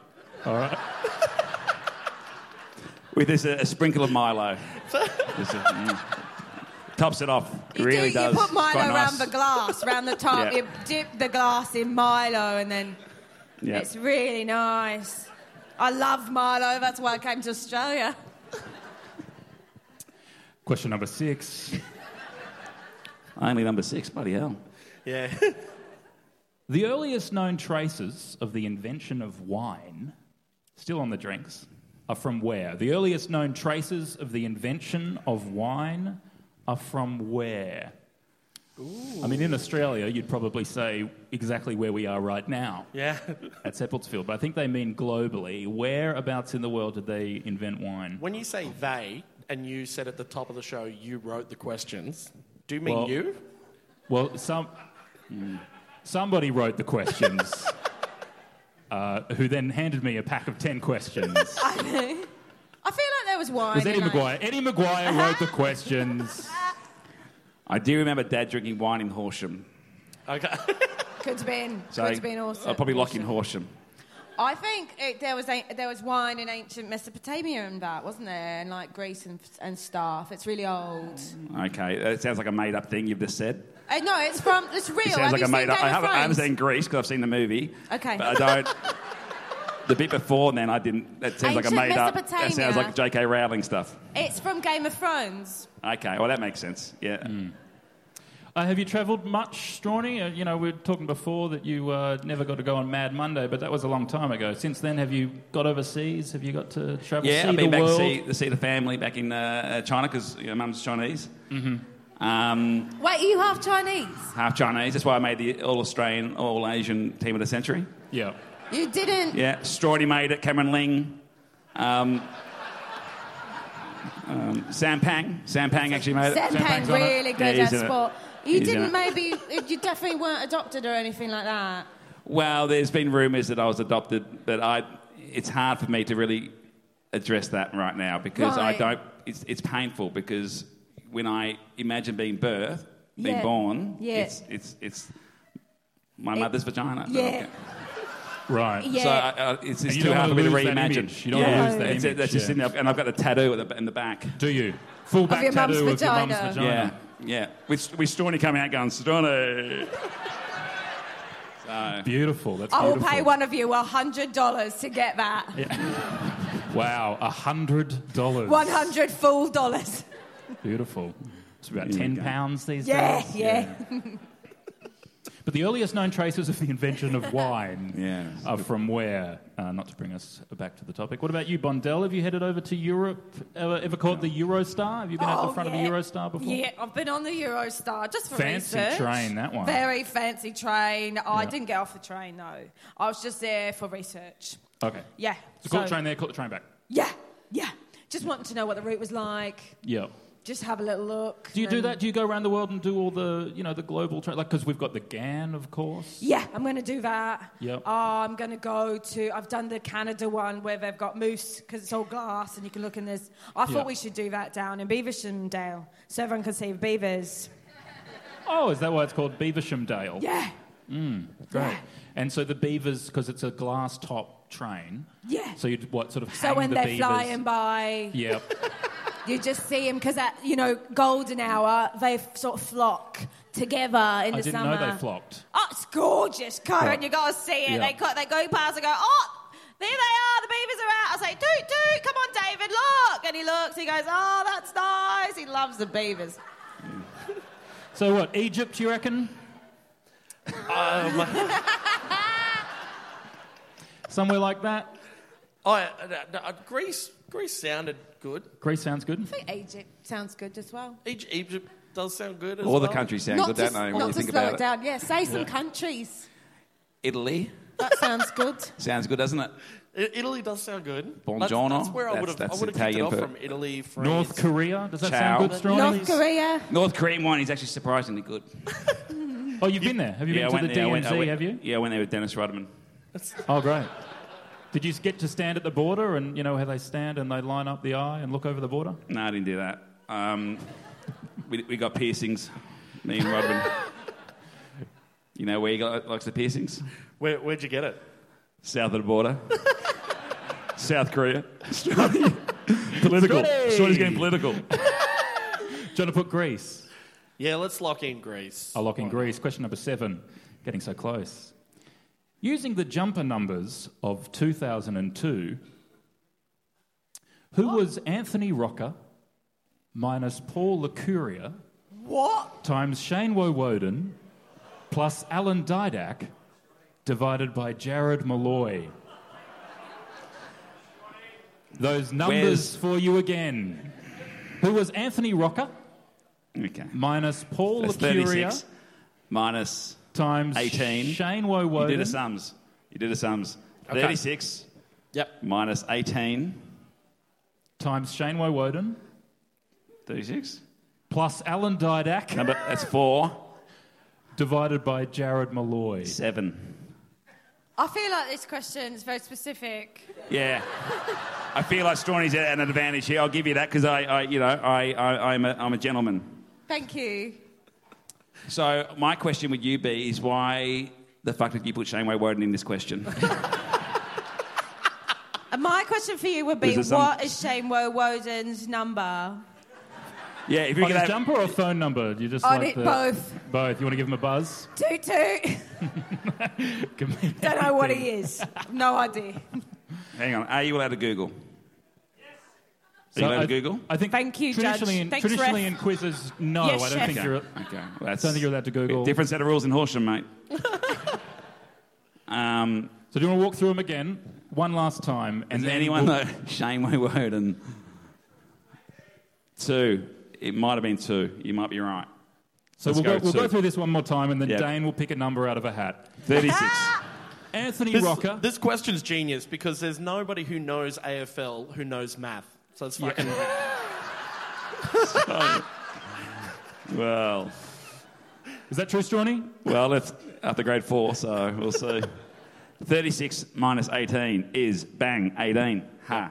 Speaker 5: With this, a, a sprinkle of Milo. Just a- mm.
Speaker 6: Tops it off.
Speaker 4: You
Speaker 5: Really
Speaker 4: do,
Speaker 5: does.
Speaker 4: You put Milo
Speaker 5: Quite nice.
Speaker 4: around the glass, round
Speaker 2: <laughs>
Speaker 4: the top.
Speaker 5: Yeah.
Speaker 4: You dip the glass in Milo, and then
Speaker 5: Yeah.
Speaker 4: it's really nice. I love Milo. That's why I came to Australia. <laughs>
Speaker 2: Question number six.
Speaker 5: Only number six, bloody hell.
Speaker 3: Yeah.
Speaker 2: The earliest known traces of the invention of wine, still on the drinks, are from where? The earliest known traces of the invention of wine are from where? I mean, in Australia, you'd probably say exactly where we are right now
Speaker 3: yeah.
Speaker 2: <laughs> at Sepulchfield, but I think they mean globally. Whereabouts in the world did they invent wine?
Speaker 3: <laughs> When you say they, and you said at the top of the show you wrote the questions, do you mean
Speaker 2: Well-
Speaker 3: you?
Speaker 2: Well, some hmm, somebody wrote the questions, <laughs> uh, who then handed me a pack of ten questions.
Speaker 4: I feel like there was wine.
Speaker 2: It was Eddie
Speaker 4: in it.
Speaker 2: Maguire. Eddie Maguire wrote
Speaker 4: <laughs>
Speaker 2: the questions.
Speaker 5: I do remember Dad drinking wine in Horsham.
Speaker 3: Okay. <laughs>
Speaker 4: Could have been.
Speaker 5: So
Speaker 4: could have been awesome.
Speaker 5: I'll probably lock in
Speaker 4: Awesome.
Speaker 5: Horsham.
Speaker 4: I think it, there was a, there was wine in ancient Mesopotamia and that wasn't there, and like Greece and, and stuff. It's really old.
Speaker 5: Okay, that sounds like a made up thing you've just said.
Speaker 4: Uh, no, it's from it's real.
Speaker 5: It
Speaker 4: Have
Speaker 5: sounds like
Speaker 4: you
Speaker 5: a made
Speaker 4: seen
Speaker 5: up.
Speaker 4: Game
Speaker 5: I
Speaker 4: of
Speaker 5: haven't, I haven't
Speaker 4: Thrones?
Speaker 5: seen Greece because I've seen the movie.
Speaker 4: Okay.
Speaker 5: But I don't. the bit before and then, I didn't. That sounds
Speaker 4: Ancient
Speaker 5: like a made up. That
Speaker 4: Mesopotamia.
Speaker 5: sounds like J.K. Rowling stuff.
Speaker 4: It's from Game of Thrones.
Speaker 5: Okay, well, that makes sense. Yeah.
Speaker 2: Mm. Uh, have you travelled much, Strawny? Uh, you know, we were talking before that you uh, never got to go on Mad Monday, but that was a long time ago. Since then, have you got overseas? Have you got to travel?
Speaker 5: Yeah,
Speaker 2: see
Speaker 5: I've been
Speaker 2: the
Speaker 5: back
Speaker 2: world?
Speaker 5: to see, to see the family back in uh, China because you know, mum's Chinese. Mm-hmm. Um,
Speaker 4: Wait, are you half Chinese?
Speaker 5: half Chinese. That's why I made the all Australian, all Asian team of the century.
Speaker 2: Yeah.
Speaker 4: You didn't.
Speaker 5: Yeah, Strawdy made it, Cameron Ling. Um, um, Sam Pang. Sam Pang actually made it.
Speaker 4: Sam Pang's
Speaker 5: Pang's on it.
Speaker 4: really
Speaker 5: Yeah,
Speaker 4: good
Speaker 5: he's
Speaker 4: at
Speaker 5: in it.
Speaker 4: sport. You
Speaker 5: He's in
Speaker 4: didn't
Speaker 5: it.
Speaker 4: maybe. You definitely weren't adopted or anything like that.
Speaker 5: Well, there's been rumours that I was adopted, but I, it's hard for me to really address that right now because
Speaker 4: Right.
Speaker 5: I don't. It's, it's painful because when I imagine being birth, being
Speaker 4: Yeah.
Speaker 5: born,
Speaker 4: Yeah.
Speaker 5: it's it's it's my mother's vagina. that
Speaker 4: yeah.
Speaker 5: I've got.
Speaker 2: Right.
Speaker 4: Yeah.
Speaker 5: So I, I, it's, it's
Speaker 2: you
Speaker 5: too
Speaker 2: don't
Speaker 5: hard for me
Speaker 2: wanna
Speaker 5: to
Speaker 2: lose that
Speaker 5: reimagine.
Speaker 2: image. You don't wanna lose that
Speaker 5: That's it,
Speaker 2: image,
Speaker 5: that's just
Speaker 2: yeah.
Speaker 5: in there, and I've got a tattoo at the, in the back.
Speaker 2: Do you? Full back
Speaker 4: your mum's
Speaker 2: tattoo of your mum's
Speaker 4: vagina.
Speaker 2: vagina.
Speaker 5: Yeah, yeah. With with Strawny coming out going Strawny.
Speaker 2: Beautiful. That's
Speaker 4: I will
Speaker 2: beautiful.
Speaker 4: pay one of you hundred dollars to get that.
Speaker 2: Wow, a hundred dollars.
Speaker 4: One hundred full dollars. <laughs>
Speaker 2: Beautiful. It's about
Speaker 5: There you
Speaker 2: ten
Speaker 5: go.
Speaker 2: pounds these
Speaker 4: Yeah,
Speaker 2: days.
Speaker 4: yeah.
Speaker 2: But the earliest known traces of the invention of wine
Speaker 5: Yeah.
Speaker 2: are from where? Uh, not to bring us back to the topic. What about you, Bondell? Have you headed over to Europe? Ever, ever called the Eurostar? Have you been out the front
Speaker 4: Oh, yeah.
Speaker 2: of the Eurostar before?
Speaker 4: Yeah, I've been on the Eurostar just for
Speaker 2: Fancy
Speaker 4: research.
Speaker 2: train, that one.
Speaker 4: Very fancy train. Oh, I didn't get off the train though. I was just there for research.
Speaker 2: Okay.
Speaker 4: Yeah.
Speaker 2: So call the
Speaker 4: so-
Speaker 2: train there, call the train back.
Speaker 4: Yeah, yeah. Just wanted to know what the route was like.
Speaker 2: Yeah.
Speaker 4: Just have a little look.
Speaker 2: Do you do
Speaker 4: and-
Speaker 2: that? Do you go around the world and do all the, you know, the global train? Like, because we've got the GAN, of course.
Speaker 4: Yeah, I'm going to do that. Oh,
Speaker 2: Yep.
Speaker 4: I'm going to go to, I've done the Canada one where they've got moose because it's all glass and you can look in this. I thought
Speaker 2: Yeah.
Speaker 4: we should do that down in Beavershamdale so everyone can see beavers.
Speaker 2: Oh, is that why it's called Beavershamdale?
Speaker 4: Yeah.
Speaker 2: Great. And so the beavers, because it's a glass top train.
Speaker 4: Yeah.
Speaker 2: So you'd what sort of
Speaker 4: So
Speaker 2: hang
Speaker 4: when
Speaker 2: the
Speaker 4: they're
Speaker 2: beavers.
Speaker 4: flying by,
Speaker 2: Yep.
Speaker 4: you just see them because at you know golden hour they f- sort of flock together <laughs> in the
Speaker 2: I didn't
Speaker 4: summer.
Speaker 2: know they flocked.
Speaker 4: Oh, it's gorgeous, Karen.
Speaker 2: Right.
Speaker 4: You gotta see it.
Speaker 2: Yeah.
Speaker 4: They go, they go past and go, oh, there they are. The beavers are out. I say, toot toot, come on, David, look. And he looks. He goes, oh, that's nice. He loves the beavers.
Speaker 2: So what? Egypt, you reckon? Um. <laughs> Somewhere like that.
Speaker 3: Oh, uh, uh, uh, Greece, Greece sounded good.
Speaker 2: Greece sounds good.
Speaker 4: I think Egypt sounds good as well.
Speaker 3: Egy- Egypt does sound good. As
Speaker 5: All
Speaker 3: well.
Speaker 5: the country sounds
Speaker 4: not
Speaker 5: good,
Speaker 4: to,
Speaker 5: don't they, when
Speaker 4: not
Speaker 5: you
Speaker 4: to
Speaker 5: think
Speaker 4: slow
Speaker 5: about
Speaker 4: it down. Yeah, say some countries.
Speaker 5: Italy
Speaker 4: That sounds good.
Speaker 2: <laughs>
Speaker 5: sounds good, doesn't it?
Speaker 3: I- Italy does sound good.
Speaker 5: Buongiorno.
Speaker 3: That's, that's where I
Speaker 5: That's-
Speaker 3: would have. I
Speaker 5: that's
Speaker 3: would have kicked it
Speaker 5: Italian
Speaker 3: off
Speaker 5: for-
Speaker 3: from Italy. France.
Speaker 2: North Korea. Does that
Speaker 5: Chow.
Speaker 2: sound good, Strong?
Speaker 4: North Korea.
Speaker 5: North Korean wine is actually surprisingly good.
Speaker 2: Oh, you've been there. Have you
Speaker 5: I
Speaker 2: been to the
Speaker 5: there, I
Speaker 2: DMZ?
Speaker 5: I went-
Speaker 2: have you?
Speaker 5: Yeah, I went there with Dennis Rodman.
Speaker 2: Oh, great. Did you get to stand at the border and you know how they stand and they line up the eye and look over the border?
Speaker 5: No, I didn't do that. Um, we, we got piercings, me and Rodman.
Speaker 2: <laughs>
Speaker 5: you know where he got, likes the piercings?
Speaker 3: Where, where'd you get it?
Speaker 5: South of
Speaker 2: <laughs>
Speaker 5: the border. South Korea. political.
Speaker 2: Strutty!
Speaker 5: Shorty's
Speaker 2: <laughs>
Speaker 5: getting political.
Speaker 2: Trying to put Greece.
Speaker 3: Yeah, let's lock in Greece.
Speaker 2: I'll lock in Greece. Question number seven. Getting so close. Using the jumper numbers of 2002, who was Anthony Rocker minus Paul Lecuria
Speaker 3: What?
Speaker 2: times Shane Wowoden plus Alan Didak divided by Jared Malloy. Those numbers
Speaker 5: Where's-
Speaker 2: for you again. Who was Anthony Rocker
Speaker 5: Okay.
Speaker 2: minus Paul
Speaker 5: That's
Speaker 2: Lecuria
Speaker 5: 36 minus.
Speaker 2: times
Speaker 5: 18.
Speaker 2: Shane
Speaker 5: You
Speaker 2: Wowoden.
Speaker 5: did the sums. You did the sums. 36
Speaker 3: Yep.
Speaker 5: minus 18.
Speaker 2: times Shane Wowoden
Speaker 5: 36?
Speaker 2: plus Alan Didak
Speaker 5: Number, that's 4.
Speaker 2: divided by Jared Malloy.
Speaker 5: 7.
Speaker 7: I feel like this question is very specific.
Speaker 5: Yeah. I feel like Strawny's at an advantage here. I'll give you that because I, I, you know, I, I, I'm, a, I'm a gentleman.
Speaker 7: Thank you.
Speaker 5: So my question with you be is why the fuck did you put Shaneway Woden in this question? <laughs>
Speaker 4: And my question for you would be,
Speaker 5: Is there some-
Speaker 4: what is Shane Woden's number?
Speaker 5: yeah, if you
Speaker 2: On
Speaker 5: could
Speaker 2: his
Speaker 5: have...
Speaker 2: jumper or phone number? You just
Speaker 4: I
Speaker 2: like
Speaker 4: need
Speaker 2: the-
Speaker 4: both.
Speaker 2: Both. You want to give him a buzz?
Speaker 4: Toot toot. <laughs> Don't know what he is. No idea.
Speaker 5: Hang on. Are you allowed to Google? Are you
Speaker 2: So
Speaker 5: allowed
Speaker 2: I-
Speaker 5: to Google?
Speaker 2: I think
Speaker 4: Thank you,
Speaker 2: traditionally,
Speaker 4: Judge.
Speaker 2: In,
Speaker 4: Thanks,
Speaker 2: traditionally
Speaker 4: ref.
Speaker 2: in quizzes, no,
Speaker 4: Yes,
Speaker 2: I don't
Speaker 4: chef.
Speaker 2: think you're. I
Speaker 5: Okay. Well, that's...
Speaker 2: don't think you're allowed to Google.
Speaker 5: Different set of rules in Horsham, mate. um,
Speaker 2: So do you want to walk through them again, one last time, and
Speaker 5: Does
Speaker 2: then
Speaker 5: anyone
Speaker 2: we'll-
Speaker 5: know <laughs> Shaneway Woden? Two. It might have been two. You might be right.
Speaker 2: So
Speaker 5: Let's
Speaker 2: we'll go,
Speaker 5: go
Speaker 2: we'll go
Speaker 5: two.
Speaker 2: through this one more time, and then
Speaker 5: Yeah.
Speaker 2: Dane will pick a number out of a hat.
Speaker 5: 36.
Speaker 2: Anthony
Speaker 3: This,
Speaker 2: Rocker.
Speaker 3: this question's genius because there's nobody who knows AFL who knows math. So it's <laughs> fucking.
Speaker 5: <laughs> well,
Speaker 2: Is that true, Strawny?
Speaker 5: well, it's after grade four, so we'll see. 36 minus 18 is bang, 18. Ha.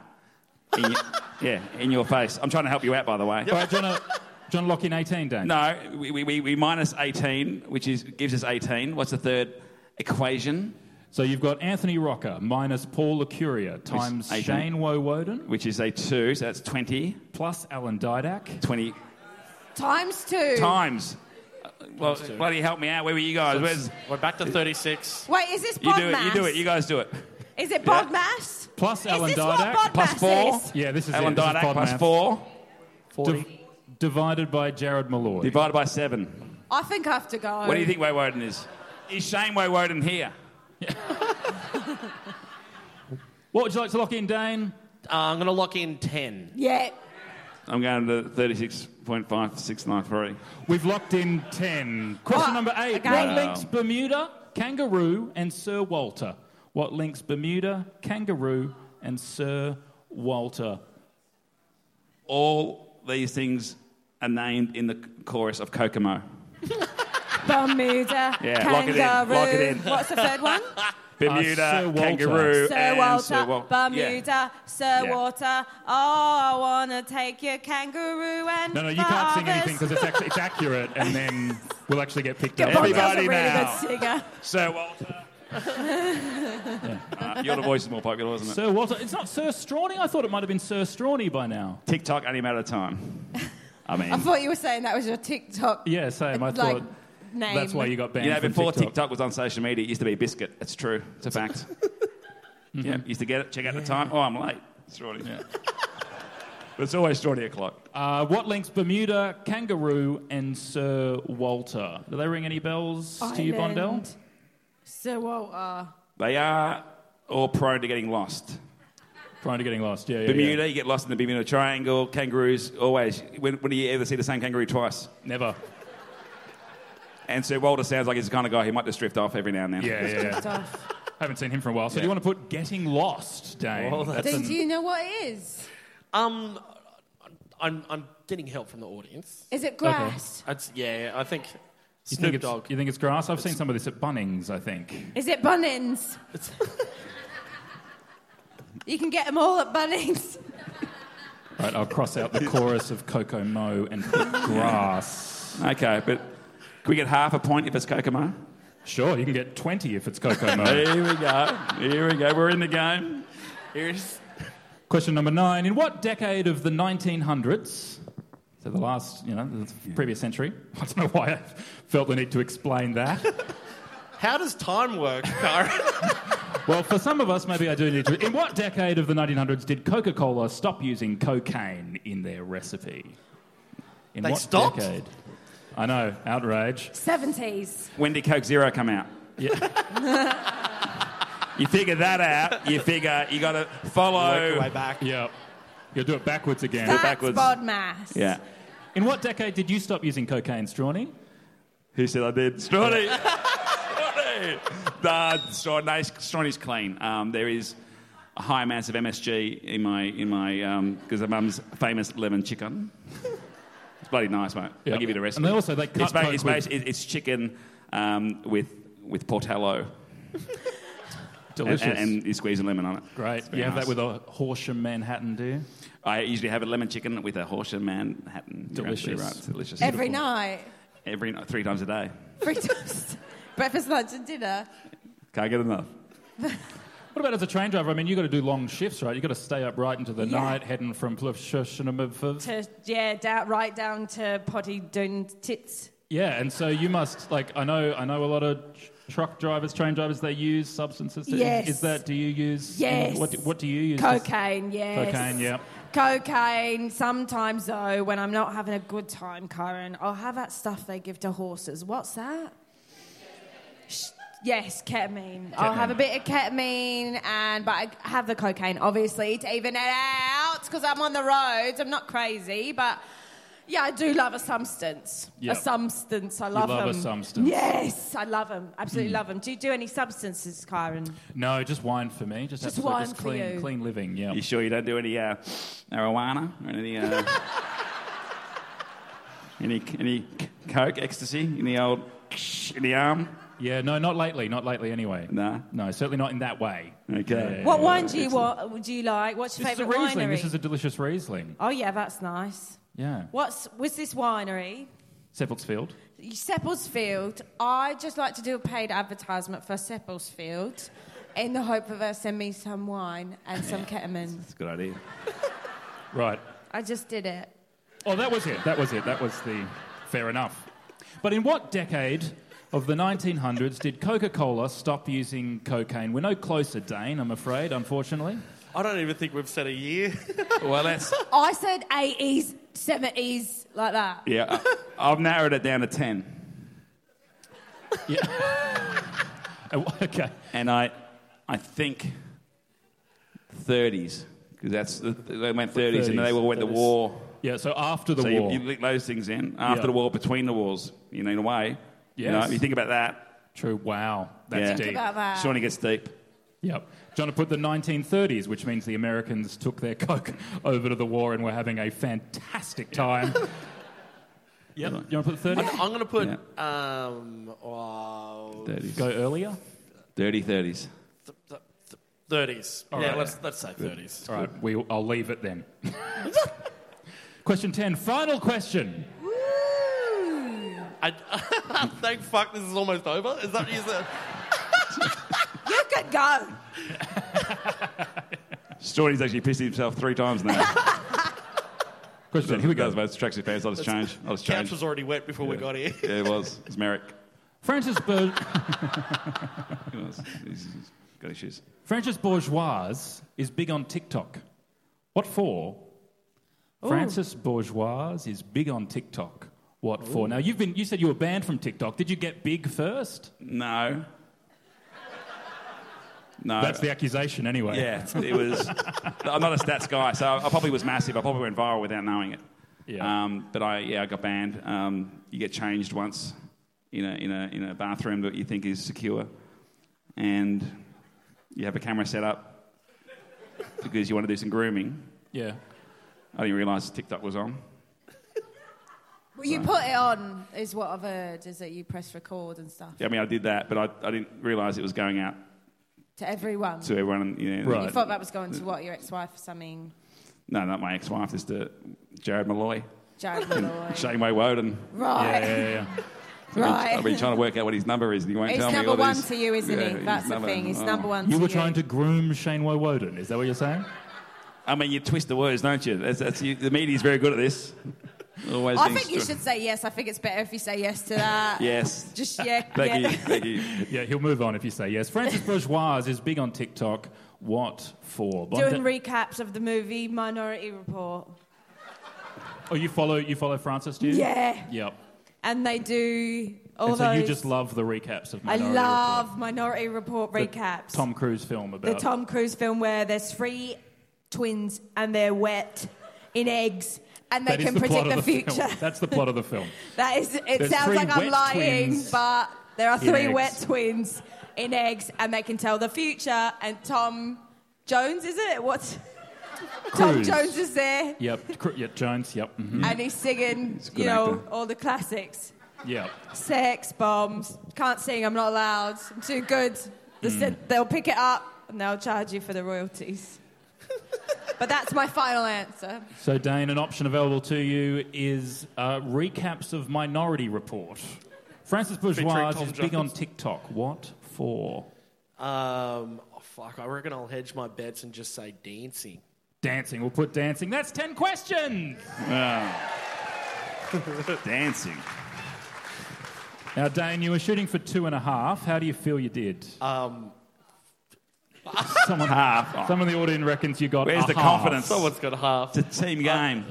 Speaker 5: In your, <laughs> yeah, in your face. I'm trying to help you out, by the way.
Speaker 2: All right, John. uh, John lock in 18, Dane.
Speaker 5: No, we, we- we, we minus 18, which is, gives us 18. What's the third equation?
Speaker 2: So you've got Anthony Rocker minus Paul Lecuria times
Speaker 5: 18.
Speaker 2: Shane Wowoden
Speaker 5: Which is a 2, so that's 20.
Speaker 2: plus Alan Didak.
Speaker 5: 20
Speaker 7: Times two.
Speaker 5: times. Uh, Well, bloody help me out. Where were you guys? Where's,
Speaker 3: We're back to 36.
Speaker 4: Wait, is this
Speaker 5: you
Speaker 4: bod
Speaker 5: do it. You do it. You guys do it.
Speaker 4: it. Is it bod mass?
Speaker 2: Plus Alan
Speaker 4: is this
Speaker 2: Didak.
Speaker 4: what bod
Speaker 5: Plus
Speaker 4: mass
Speaker 5: four.
Speaker 4: is?
Speaker 2: Yeah, this is
Speaker 5: Alan
Speaker 2: it. This is
Speaker 5: Didak
Speaker 2: pod
Speaker 5: plus
Speaker 2: math.
Speaker 5: four
Speaker 2: Div- divided by Jared Malloy.
Speaker 5: divided by seven.
Speaker 7: I think I have to go.
Speaker 5: What do you think Way Woden is? Is Shane Way Woden here?
Speaker 2: what would you like to lock in, Dane?
Speaker 3: Uh, I'm going to lock in 10.
Speaker 4: Yeah.
Speaker 5: I'm going to 36.5693.
Speaker 2: We've locked in 10. Question
Speaker 4: Oh,
Speaker 2: number 8.
Speaker 4: okay.
Speaker 2: What
Speaker 4: Wow.
Speaker 2: links Bermuda, Kangaroo, and Sir Walter? What links Bermuda, Kangaroo, and Sir Walter?
Speaker 5: All these things are named in the chorus of Kokomo.
Speaker 4: Bermuda.
Speaker 5: <laughs> Yeah, lock
Speaker 4: kangaroo.
Speaker 5: it in, lock it in.
Speaker 4: What's the third
Speaker 5: <laughs>
Speaker 4: one?
Speaker 5: Bermuda,
Speaker 2: Sir Walter.
Speaker 5: Kangaroo,
Speaker 4: Sir
Speaker 5: and
Speaker 4: Walter,
Speaker 5: Sir Walter.
Speaker 4: Bermuda, Sir
Speaker 5: Yeah.
Speaker 4: Walter. Oh, I wanna take your kangaroo and
Speaker 2: No, no, you
Speaker 4: Ah,
Speaker 2: can't sing anything because it's, act- it's accurate, and then we'll actually get picked up.
Speaker 5: Everybody
Speaker 4: a really
Speaker 5: now.
Speaker 4: good singer.
Speaker 5: Sir Walter.
Speaker 6: Uh, your voice is more popular, isn't it?
Speaker 2: Sir Walter. It's not Sir Strawny? I thought it might have been Sir Strawny by now.
Speaker 5: TikTok, only matter of time. I mean,
Speaker 7: I thought you were saying that was your TikTok.
Speaker 2: yeah, same. I
Speaker 7: like,
Speaker 2: thought
Speaker 7: name.
Speaker 2: that's why you got banned.
Speaker 5: you know,
Speaker 2: from
Speaker 5: before TikTok.
Speaker 2: TikTok.
Speaker 5: was on social media, it used to be biscuit. It's true. It's
Speaker 2: <laughs>
Speaker 5: a fact. Mm-hmm. Yeah, used to get it. Check out the time. Oh, I'm late. It's already. Yeah. <laughs> but it's always strawny o'clock.
Speaker 2: Uh, what links Bermuda, Kangaroo, and Sir Walter? Do they ring any bells to you, Bondell?
Speaker 7: Island. Sir Walter.
Speaker 5: They are all prone to getting lost.
Speaker 2: Prone to getting lost. Yeah, yeah,
Speaker 5: Bermuda, you get lost in the Bermuda Triangle. Kangaroos, always. When, when do you ever see the same kangaroo twice?
Speaker 2: yeah. Never.
Speaker 5: And Sir Walter sounds like he's the kind of guy who might just drift off every now and then.
Speaker 2: Yeah,
Speaker 7: <laughs>
Speaker 2: yeah, yeah.
Speaker 7: Stuff.
Speaker 2: Haven't seen him for a while. So do you want to put getting lost, Dane?
Speaker 8: Well, that's-
Speaker 7: Do, do you know what it is?
Speaker 3: Um, I'm, I'm getting help from the audience.
Speaker 7: Is it grass?
Speaker 3: That's, yeah, I think
Speaker 2: you
Speaker 3: Snoop
Speaker 2: think it's,
Speaker 3: Dogg.
Speaker 2: You think it's grass? I've seen some of this at <laughs> Bunnings, I think.
Speaker 7: Is it
Speaker 2: <laughs>
Speaker 7: Bunnings?
Speaker 3: It's-
Speaker 7: You can get them all at Bunnings.
Speaker 2: Right, I'll cross out
Speaker 5: <laughs>
Speaker 2: the chorus of Coco Mo and put grass.
Speaker 5: Okay, but can we get half a point if it's Kokomo?
Speaker 2: Sure, you can get 20 if it's Coco Mo.
Speaker 5: Here we go. Here we go. We're in the game.
Speaker 3: Here's
Speaker 2: <laughs> Question number nine. In what decade of the 1900s, so the last, you know, the previous century, <laughs> I don't know why I felt the need to explain that.
Speaker 3: How does time <laughs> work, Kara?
Speaker 2: Well, for some of us, maybe I do need to. In what decade of the 1900s did Coca Cola stop using cocaine in their recipe? In
Speaker 3: They
Speaker 2: what
Speaker 3: stopped?
Speaker 2: decade? I know, outrage.
Speaker 7: 70s.
Speaker 5: When did Coke Zero come out? <laughs> you figure that out. You figure you got to
Speaker 3: Work your way
Speaker 5: follow.
Speaker 3: back.
Speaker 2: Yeah. You'll do it backwards again.
Speaker 7: That's
Speaker 5: backwards.
Speaker 7: bod mass.
Speaker 5: Yeah.
Speaker 2: In what decade did you stop using cocaine, Strawny?
Speaker 5: Who said I did?
Speaker 2: <laughs>
Speaker 5: Strawny. Strawny. Nah, Strawny. Strawny's clean. Um, there is a high amount of MSG in my in my because my mum's famous lemon chicken. It's bloody nice, mate.
Speaker 2: Yeah.
Speaker 5: I'll give you the recipe.
Speaker 2: And they also- they cut
Speaker 5: it's, ba-
Speaker 2: Coke
Speaker 5: it's,
Speaker 2: with-
Speaker 5: bas- it- it's chicken um, with with portello and,
Speaker 2: Delicious.
Speaker 5: and, and you squeeze a lemon on it.
Speaker 2: Great.
Speaker 5: It's very
Speaker 2: You have
Speaker 5: nice.
Speaker 2: that with a Horsham Manhattan, do you?
Speaker 5: I usually have a lemon chicken with a horse and Manhattan. You're absolutely
Speaker 2: Delicious.
Speaker 5: Right. It's delicious.
Speaker 7: Every night.
Speaker 5: Every night, three times a day.
Speaker 7: Three times. <laughs> Breakfast, lunch, and dinner.
Speaker 5: Can't get enough.
Speaker 2: What about as a train driver? I mean, you've got to do long shifts, right? You've got to stay up right into the
Speaker 7: Yeah.
Speaker 2: night, heading from Plufshushnamov.
Speaker 4: To, yeah, down, right down to potty doing tits.
Speaker 2: Yeah, and so you must, like, I know, I know a lot of tr- truck drivers, train drivers, they use substances. to- is-
Speaker 7: Yes.
Speaker 2: Is, that, do you use?
Speaker 7: Yes.
Speaker 2: What do, what do you use?
Speaker 4: Cocaine, yes.
Speaker 2: Cocaine, yeah.
Speaker 4: Cocaine. Sometimes, though, when I'm not having a good time, Karen, I'll have that stuff they give to horses. What's that? Sh- Yes, ketamine. I'll have a bit of ketamine, and but I have the cocaine, obviously, to even it out because I'm on the roads. I'm not crazy, but yeah, I do love a substance.
Speaker 2: Yep.
Speaker 4: A substance. I love
Speaker 2: love a
Speaker 4: them.
Speaker 2: substance. Mm.
Speaker 4: Yes, I love them. Absolutely love 'em. love them. Do you do any substances, Karen?
Speaker 2: No, just wine for me. Just,
Speaker 4: Just
Speaker 2: absolute-
Speaker 4: wine
Speaker 2: just
Speaker 4: for
Speaker 2: clean,
Speaker 4: you.
Speaker 2: clean living, yeah.
Speaker 5: You sure you don't do any uh, marijuana or any <laughs> uh, any any c- coke ecstasy in the old in the arm?
Speaker 2: Yeah, no, not lately. Not lately, anyway.
Speaker 5: No.
Speaker 2: No, certainly not in that way.
Speaker 5: Okay.
Speaker 4: What wine do you want? Would you like? What's your
Speaker 2: This is a
Speaker 4: favourite
Speaker 2: Riesling.
Speaker 4: winery?
Speaker 2: This is a delicious Riesling.
Speaker 4: Oh yeah, that's nice.
Speaker 2: Yeah.
Speaker 4: What's was this winery?
Speaker 2: Seppelsfield.
Speaker 4: Seppelsfield. I just like to do a paid advertisement for Seppelsfield, in the hope of they send me some wine and some ketamine.
Speaker 5: That's a good idea.
Speaker 2: Right.
Speaker 4: I just did it.
Speaker 2: Oh, that was it. That was it. That was the fair enough. But in what decade of the 1900s did Coca Cola stop using cocaine? We're no closer, Dane, I'm afraid, unfortunately.
Speaker 3: I don't even think we've said a year.
Speaker 5: Well, that's
Speaker 7: I said 80s, 70s, like that.
Speaker 5: <laughs> yeah. I, I've narrowed it down to ten,
Speaker 2: Oh, <laughs> Okay.
Speaker 5: and I I think thirties because that's the, they went thirties and
Speaker 2: 30s.
Speaker 5: they all went to
Speaker 2: That is-
Speaker 5: war.
Speaker 2: Yeah, so after the
Speaker 5: So
Speaker 2: war.
Speaker 5: you, you link those things in after
Speaker 2: Yeah.
Speaker 5: the war, between the wars, you know, in a way. You, know,
Speaker 2: Yes.
Speaker 5: if you think about that.
Speaker 2: True. Wow. That's
Speaker 5: yeah.
Speaker 2: deep.
Speaker 7: about that.
Speaker 5: Shawnee gets deep.
Speaker 2: Yep. John, to put the 1930s, which means the Americans took their <laughs> coke over to the war and were having a fantastic
Speaker 5: <laughs>
Speaker 2: time. yep. You want to put the 30s?
Speaker 3: <laughs> I'm going to put um, oh,
Speaker 5: 30s.
Speaker 2: Go earlier?
Speaker 5: Dirty 30s.
Speaker 3: th- th- th- 30s. yeah,
Speaker 2: right.
Speaker 3: let's, let's say 30s.
Speaker 2: All right, we, I'll leave it
Speaker 5: <laughs>
Speaker 2: then. question 10, final question.
Speaker 3: <laughs> I, thank fuck this is almost over. Is that is that-
Speaker 4: fucking go.
Speaker 6: Shorty's actually pissed himself three times
Speaker 3: <laughs>
Speaker 6: now. Question. Here we go. That's tracks his pants. I'll just change. I'll just change.
Speaker 3: Couch was already wet before we got here. <laughs>
Speaker 6: Yeah, it was. It's Merrick.
Speaker 2: Francis, Bur-
Speaker 6: He was. He's- he's got issues.
Speaker 2: Francis Bourgeois is big on TikTok. What for? Francis Bourgeois is big on TikTok. What for? Now you've been. You said you were banned from TikTok. Did you get big first?
Speaker 5: No. No.
Speaker 2: That's the accusation, anyway.
Speaker 5: Yeah, it's-
Speaker 6: It was. I'm not a stats guy, so I probably was massive. I probably went viral without knowing it.
Speaker 2: Yeah.
Speaker 5: Um, but I, yeah, I got banned. Um, you get changed once in a, in, a, in a bathroom that you think is secure, and you have a camera set up because you want to do some grooming.
Speaker 2: yeah.
Speaker 5: I didn't realise TikTok was on.
Speaker 7: Well, you put it on, is what I've heard, is that you press record and stuff
Speaker 5: Yeah, I mean, I did that, but I, I didn't realise it was going out
Speaker 7: to everyone.
Speaker 5: to everyone. and, You know,
Speaker 7: You thought that was going to what your ex-wife or something,
Speaker 5: No, not my ex-wife. Just uh, Jared Malloy,
Speaker 2: <laughs>
Speaker 7: Jared Malloy.
Speaker 5: Shameway Woden.
Speaker 7: Right.
Speaker 2: Yeah, yeah, yeah.
Speaker 7: right.
Speaker 5: I've been trying to work out what his number is, and he won't
Speaker 7: It's
Speaker 5: tell me.
Speaker 7: number
Speaker 5: all
Speaker 7: one
Speaker 5: these-
Speaker 7: to you, isn't
Speaker 5: Yeah,
Speaker 7: it?
Speaker 5: he's
Speaker 7: That's the
Speaker 5: number-
Speaker 7: thing. It's
Speaker 5: oh.
Speaker 7: number one.
Speaker 2: <laughs> You
Speaker 7: to
Speaker 2: were trying to groom Shane Woden. Is that what you're saying?
Speaker 5: I mean, you twist the words, don't you? That's, that's, you the media's very good at this. Always.
Speaker 7: I
Speaker 5: things
Speaker 7: think you
Speaker 5: to-
Speaker 7: should say yes. I think it's better if you say yes to
Speaker 4: <laughs>
Speaker 5: <laughs>
Speaker 7: that.
Speaker 5: Yes.
Speaker 7: <laughs> Just yeah.
Speaker 5: Thank
Speaker 7: yeah.
Speaker 5: you. Thank you.
Speaker 2: Yeah, he'll move on if you say yes. Francis Bourgeois is big on TikTok. What for? Bondi-
Speaker 4: Doing recaps of the movie Minority Report.
Speaker 2: oh, you follow you follow Francis, do you?
Speaker 4: Yeah.
Speaker 2: Yep.
Speaker 4: And they do all
Speaker 2: and so
Speaker 4: those.
Speaker 2: you just love the recaps of
Speaker 4: I
Speaker 2: Minority
Speaker 4: love
Speaker 2: Report.
Speaker 4: Minority Report
Speaker 2: The
Speaker 4: recaps.
Speaker 2: Tom Cruise film
Speaker 4: the
Speaker 2: about
Speaker 4: Tom Cruise film where there's three twins and they're wet in eggs and they
Speaker 2: That is
Speaker 4: can
Speaker 2: the
Speaker 4: predict
Speaker 2: plot
Speaker 4: the,
Speaker 2: of the
Speaker 4: future.
Speaker 2: film. That's the plot of the film.
Speaker 4: That is. It
Speaker 2: There's
Speaker 4: sounds
Speaker 2: three
Speaker 4: like I'm
Speaker 2: wet
Speaker 4: lying,
Speaker 2: twins
Speaker 4: but there are
Speaker 2: in
Speaker 4: three
Speaker 2: eggs.
Speaker 4: wet twins in eggs, and they can tell the future. And Tom Jones, is it? What's <laughs> Tom
Speaker 2: Cruise.
Speaker 4: Jones is there,
Speaker 2: Yep. Cr- yeah, Jones. Yep. mhm,
Speaker 4: and he's singing,
Speaker 5: a good
Speaker 4: you know,
Speaker 5: actor.
Speaker 4: all the classics:
Speaker 2: Yep.
Speaker 4: sex bombs. Can't sing. I'm not allowed. I'm too good. The
Speaker 2: Mm.
Speaker 4: synth- they'll pick it up and they'll charge you for the royalties. <laughs> but that's my final answer.
Speaker 2: So, Dane, an option available to you is uh, recaps of Minority Report. Francis Bourgeois
Speaker 3: Tom
Speaker 2: is big on
Speaker 3: Jones.
Speaker 2: TikTok. What for?
Speaker 9: Um, oh, fuck, I reckon I'll hedge my bets and just say dancing.
Speaker 2: Dancing. We'll put dancing. That's 10 questions.
Speaker 6: Dancing.
Speaker 2: Now, Dane, you were shooting for two and a half. How do you feel you did?
Speaker 5: Uh,
Speaker 9: Um,
Speaker 2: Someone,
Speaker 10: Oh.
Speaker 5: Half.
Speaker 2: someone in the audience reckons you got.
Speaker 5: Where's
Speaker 2: a
Speaker 5: the
Speaker 2: half.
Speaker 5: confidence?
Speaker 3: Someone's got half.
Speaker 5: It's a team game.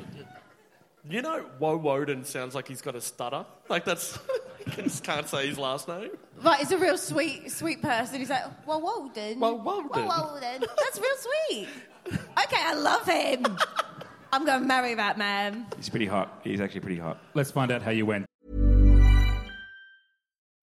Speaker 3: You know, Woe Woden sounds like he's got a stutter. Like that's, <laughs> I just can't say his last name.
Speaker 7: Right, he's a real sweet, sweet person. He's like, well, Walden.
Speaker 3: Well, Walden."
Speaker 7: Well, Walden. That's real sweet. Okay, I love him. I'm going to marry that man.
Speaker 5: He's pretty hot. He's actually pretty hot.
Speaker 2: Let's find out how you went.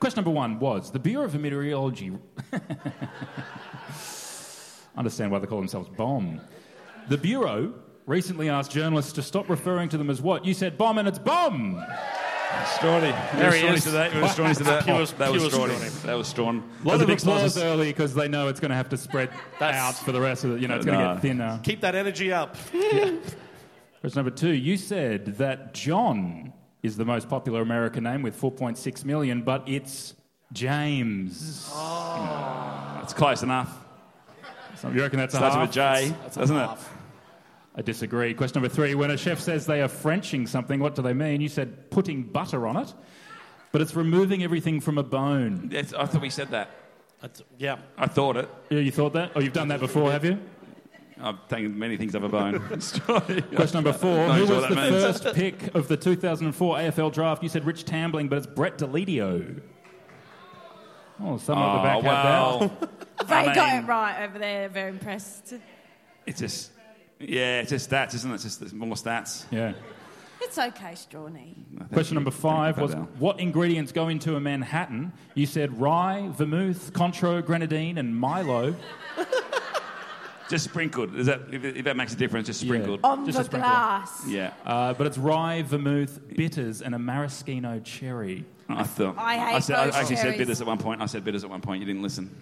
Speaker 2: Question number one was the Bureau of Meteorology. Understand why they call themselves bomb. The Bureau recently asked journalists to stop referring to them as what? You said bomb and it's bomb.
Speaker 6: Strawny.
Speaker 3: There
Speaker 6: There
Speaker 3: he
Speaker 6: Strawny
Speaker 3: is.
Speaker 6: today. There was Strawny
Speaker 2: <laughs>
Speaker 6: today.
Speaker 3: Pure-
Speaker 6: Oh, that was
Speaker 3: pure
Speaker 6: Strawny.
Speaker 3: Strawny.
Speaker 6: That was Strawn.
Speaker 2: A lot
Speaker 6: That's
Speaker 2: of
Speaker 6: big
Speaker 2: applause
Speaker 6: slice.
Speaker 2: early because they know it's going to have to spread
Speaker 3: That's-
Speaker 2: out for the rest of it. You know, it's going to
Speaker 6: Nah.
Speaker 2: get thinner.
Speaker 3: Keep that energy up.
Speaker 2: Question number two. You said that John is the most popular American name with 4.6 million, but it's James.
Speaker 6: That's close enough.
Speaker 2: So you reckon that's a
Speaker 6: Starts
Speaker 2: half?
Speaker 6: with a J, doesn't it?
Speaker 2: I disagree. Question number three. When a chef says they are Frenching something, what do they mean? You said putting butter on it. But it's removing everything from a bone.
Speaker 5: That's, I thought we said that.
Speaker 3: yeah.
Speaker 5: I thought it.
Speaker 2: Yeah, you thought that? Oh, you've done that before, have you?
Speaker 5: I've taken many things up a bone.
Speaker 2: Question number four.
Speaker 5: Knows
Speaker 2: Who was
Speaker 5: what that
Speaker 2: the
Speaker 5: means. <laughs>
Speaker 2: first pick of the 2004 AFL draft? You said Rich Tambling, but it's Brett Delidio. Oh, someone at the
Speaker 5: Oh,
Speaker 2: back had
Speaker 5: well.
Speaker 2: that.
Speaker 5: <laughs>
Speaker 4: They
Speaker 5: I
Speaker 4: got
Speaker 5: mean-
Speaker 4: it right over there. Very impressed.
Speaker 5: It's just, yeah, it's just stats, isn't it? It's just there's more stats.
Speaker 2: Yeah.
Speaker 11: It's okay, Strawny.
Speaker 2: Question number five
Speaker 5: Thank
Speaker 2: was
Speaker 5: you,
Speaker 2: what ingredients go into a Manhattan? You said rye, vermouth, contro, grenadine, and Milo.
Speaker 5: Just sprinkled. Is that if, if that makes a difference? Just sprinkled.
Speaker 11: On
Speaker 2: Just
Speaker 11: the
Speaker 2: a sprinkle.
Speaker 11: glass.
Speaker 5: Yeah.
Speaker 2: Uh, but it's rye, vermouth, bitters, and a maraschino cherry.
Speaker 5: I thought.
Speaker 11: I hate
Speaker 5: said, I
Speaker 11: those
Speaker 5: actually said
Speaker 11: cherries.
Speaker 5: bitters at one point. I said bitters at one point. You didn't listen.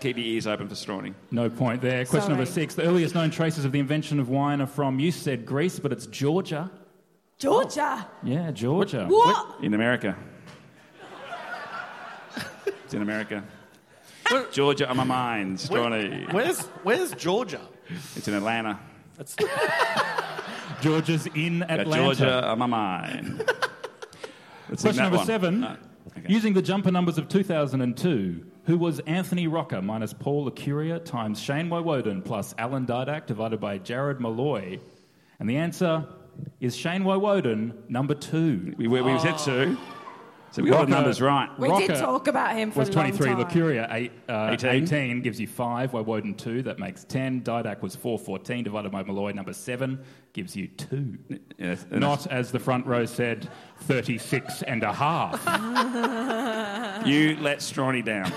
Speaker 5: Keep your ears open for strawny.
Speaker 2: No point there. Question
Speaker 5: Sorry.
Speaker 2: number six. The earliest known traces of the invention of wine are from, you said Greece, but it's Georgia.
Speaker 11: Georgia.
Speaker 2: Yeah, Georgia.
Speaker 11: What?
Speaker 5: In America. it's in America. Georgia on my mind, strawny.
Speaker 3: Where's Where's Georgia?
Speaker 5: It's in Atlanta.
Speaker 2: Georgia's in
Speaker 5: Got
Speaker 2: Atlanta.
Speaker 5: Georgia on
Speaker 2: <laughs>
Speaker 5: my mind. Let's sing
Speaker 2: Question
Speaker 5: that
Speaker 2: number
Speaker 5: one.
Speaker 2: seven.
Speaker 5: Uh,
Speaker 2: Using the jumper numbers of 2002, who was Anthony Rocker minus Paul Lecuria times Shane Woden plus Alan Dardak divided by Jared Malloy? And the answer is Shane Woden, number two.
Speaker 5: We, we, we said two. So we got the numbers right.
Speaker 4: We did talk about him for
Speaker 2: was
Speaker 4: a long
Speaker 2: 23.
Speaker 4: time.
Speaker 2: Lucuria eight, uh, 18.
Speaker 5: 18.
Speaker 2: gives you 5. Woden 2, that makes 10. Didak was 414 divided by Malloy, number 7, gives you 2.
Speaker 5: and
Speaker 2: Not, as the front row said, 36 and a half.
Speaker 5: <laughs>
Speaker 4: Uh.
Speaker 5: You let Strawny down.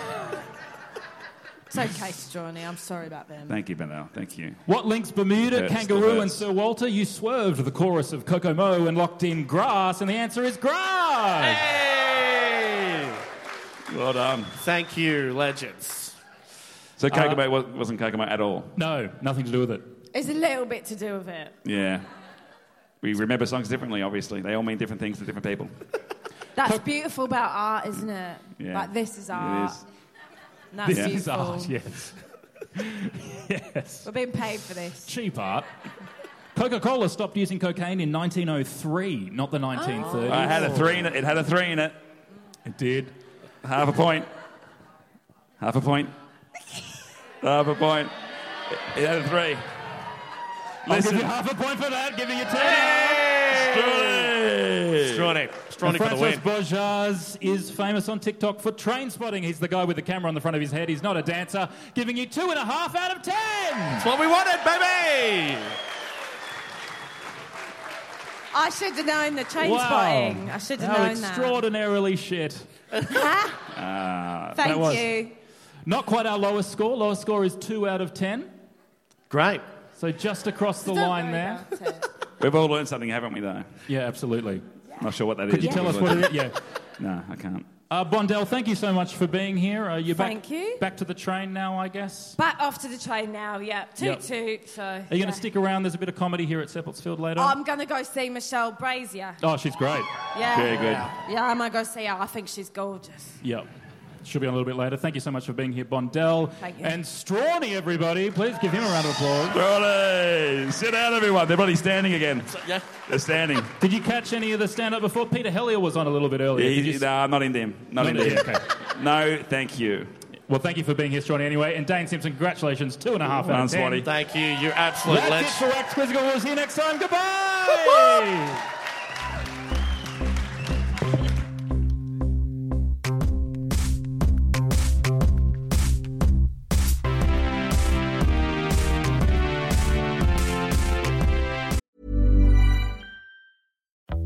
Speaker 4: It's okay, Strawny. I'm sorry about them.
Speaker 5: Thank you, Benel. Thank you.
Speaker 2: What links Bermuda,
Speaker 5: Hurts,
Speaker 2: Kangaroo,
Speaker 5: the
Speaker 2: and
Speaker 5: hurts.
Speaker 2: Sir Walter? You swerved the chorus of Kokomo and locked in grass, and the answer is grass.
Speaker 5: Well done.
Speaker 3: Thank you, legends.
Speaker 2: Uh,
Speaker 5: So Kokomo wa- wasn't Kokomo at all.
Speaker 2: No, nothing to do with it.
Speaker 4: It's a little bit to do with it.
Speaker 5: Yeah. We remember songs differently, obviously. They all mean different things to different people.
Speaker 4: That's beautiful about art, isn't it?
Speaker 5: Yeah.
Speaker 4: Like this is
Speaker 5: It
Speaker 4: art.
Speaker 5: is.
Speaker 4: And That's
Speaker 2: this
Speaker 4: beautiful.
Speaker 2: is art, yes. yes.
Speaker 4: We're being paid for this.
Speaker 2: Cheap art. Coca Cola stopped using cocaine in 1903, not the 1930s.
Speaker 5: I had a three in it. It had a three in it.
Speaker 2: It did.
Speaker 5: Half a point. Half a point. Half a point. It had a three.
Speaker 2: I'll give
Speaker 5: Listen.
Speaker 2: you half a point for that, giving you 10.
Speaker 3: Strawny. Strawny for the
Speaker 2: Francois
Speaker 3: win.
Speaker 2: Bojars is famous on TikTok for train spotting. He's the guy with the camera on the front of his head. He's not a dancer. Giving you two and a half out of ten. That's
Speaker 3: what we wanted, baby.
Speaker 4: I should have known the train
Speaker 2: Wow.
Speaker 4: spotting. I should have
Speaker 2: How
Speaker 4: known
Speaker 2: extraordinarily shit.
Speaker 4: that.
Speaker 2: Ah,
Speaker 4: Thank you.
Speaker 2: Not quite our lowest score. Lowest score is two out of ten.
Speaker 3: Great.
Speaker 2: So just across the line there.
Speaker 5: We've all learned something, haven't we, though?
Speaker 2: Yeah, absolutely.
Speaker 5: Not sure what that is.
Speaker 2: Could you tell us what it is?
Speaker 4: <laughs>
Speaker 2: Yeah.
Speaker 5: No, I can't.
Speaker 2: Uh, Bondell, thank you so much for being here. Uh, you're
Speaker 4: Thank
Speaker 2: back,
Speaker 4: you.
Speaker 2: Back to the train now, I guess.
Speaker 4: <laughs> Back off to the train now. Yeah, toot
Speaker 2: Yep.
Speaker 4: toot. So Oh,
Speaker 2: Are you going to stick around? There's a bit of comedy here at Seppelsfield later.
Speaker 4: I'm gonna go see Michelle Brazier.
Speaker 2: oh, she's great.
Speaker 4: Yeah. Yeah, I'm gonna go see her. I think she's gorgeous.
Speaker 2: Yep. She'll be on a little bit later. Thank you so much for being here, Bondell.
Speaker 4: Thank you.
Speaker 2: And Strawny, everybody. Please give him a round of applause.
Speaker 5: Strawny! Sit down, everyone. They're bloody standing again. Yeah. They're standing.
Speaker 2: Did you catch any of the stand up before? Peter Hellier was on a little bit earlier.
Speaker 5: Yeah,
Speaker 2: Oh, Did you
Speaker 5: he- no, I'm not in them. Not
Speaker 2: Not
Speaker 5: in
Speaker 2: into
Speaker 5: them.
Speaker 2: him,
Speaker 5: No, thank you.
Speaker 2: Well, thank you for being here, Strawny, anyway. And Dane Simpson, congratulations. Two and a half out
Speaker 5: Well
Speaker 2: of
Speaker 5: done,
Speaker 2: ten.
Speaker 5: Swatty.
Speaker 3: Thank you. You're absolute
Speaker 2: That's it
Speaker 3: legend.
Speaker 2: for Wax Quizzical. We'll see you next time. Goodbye.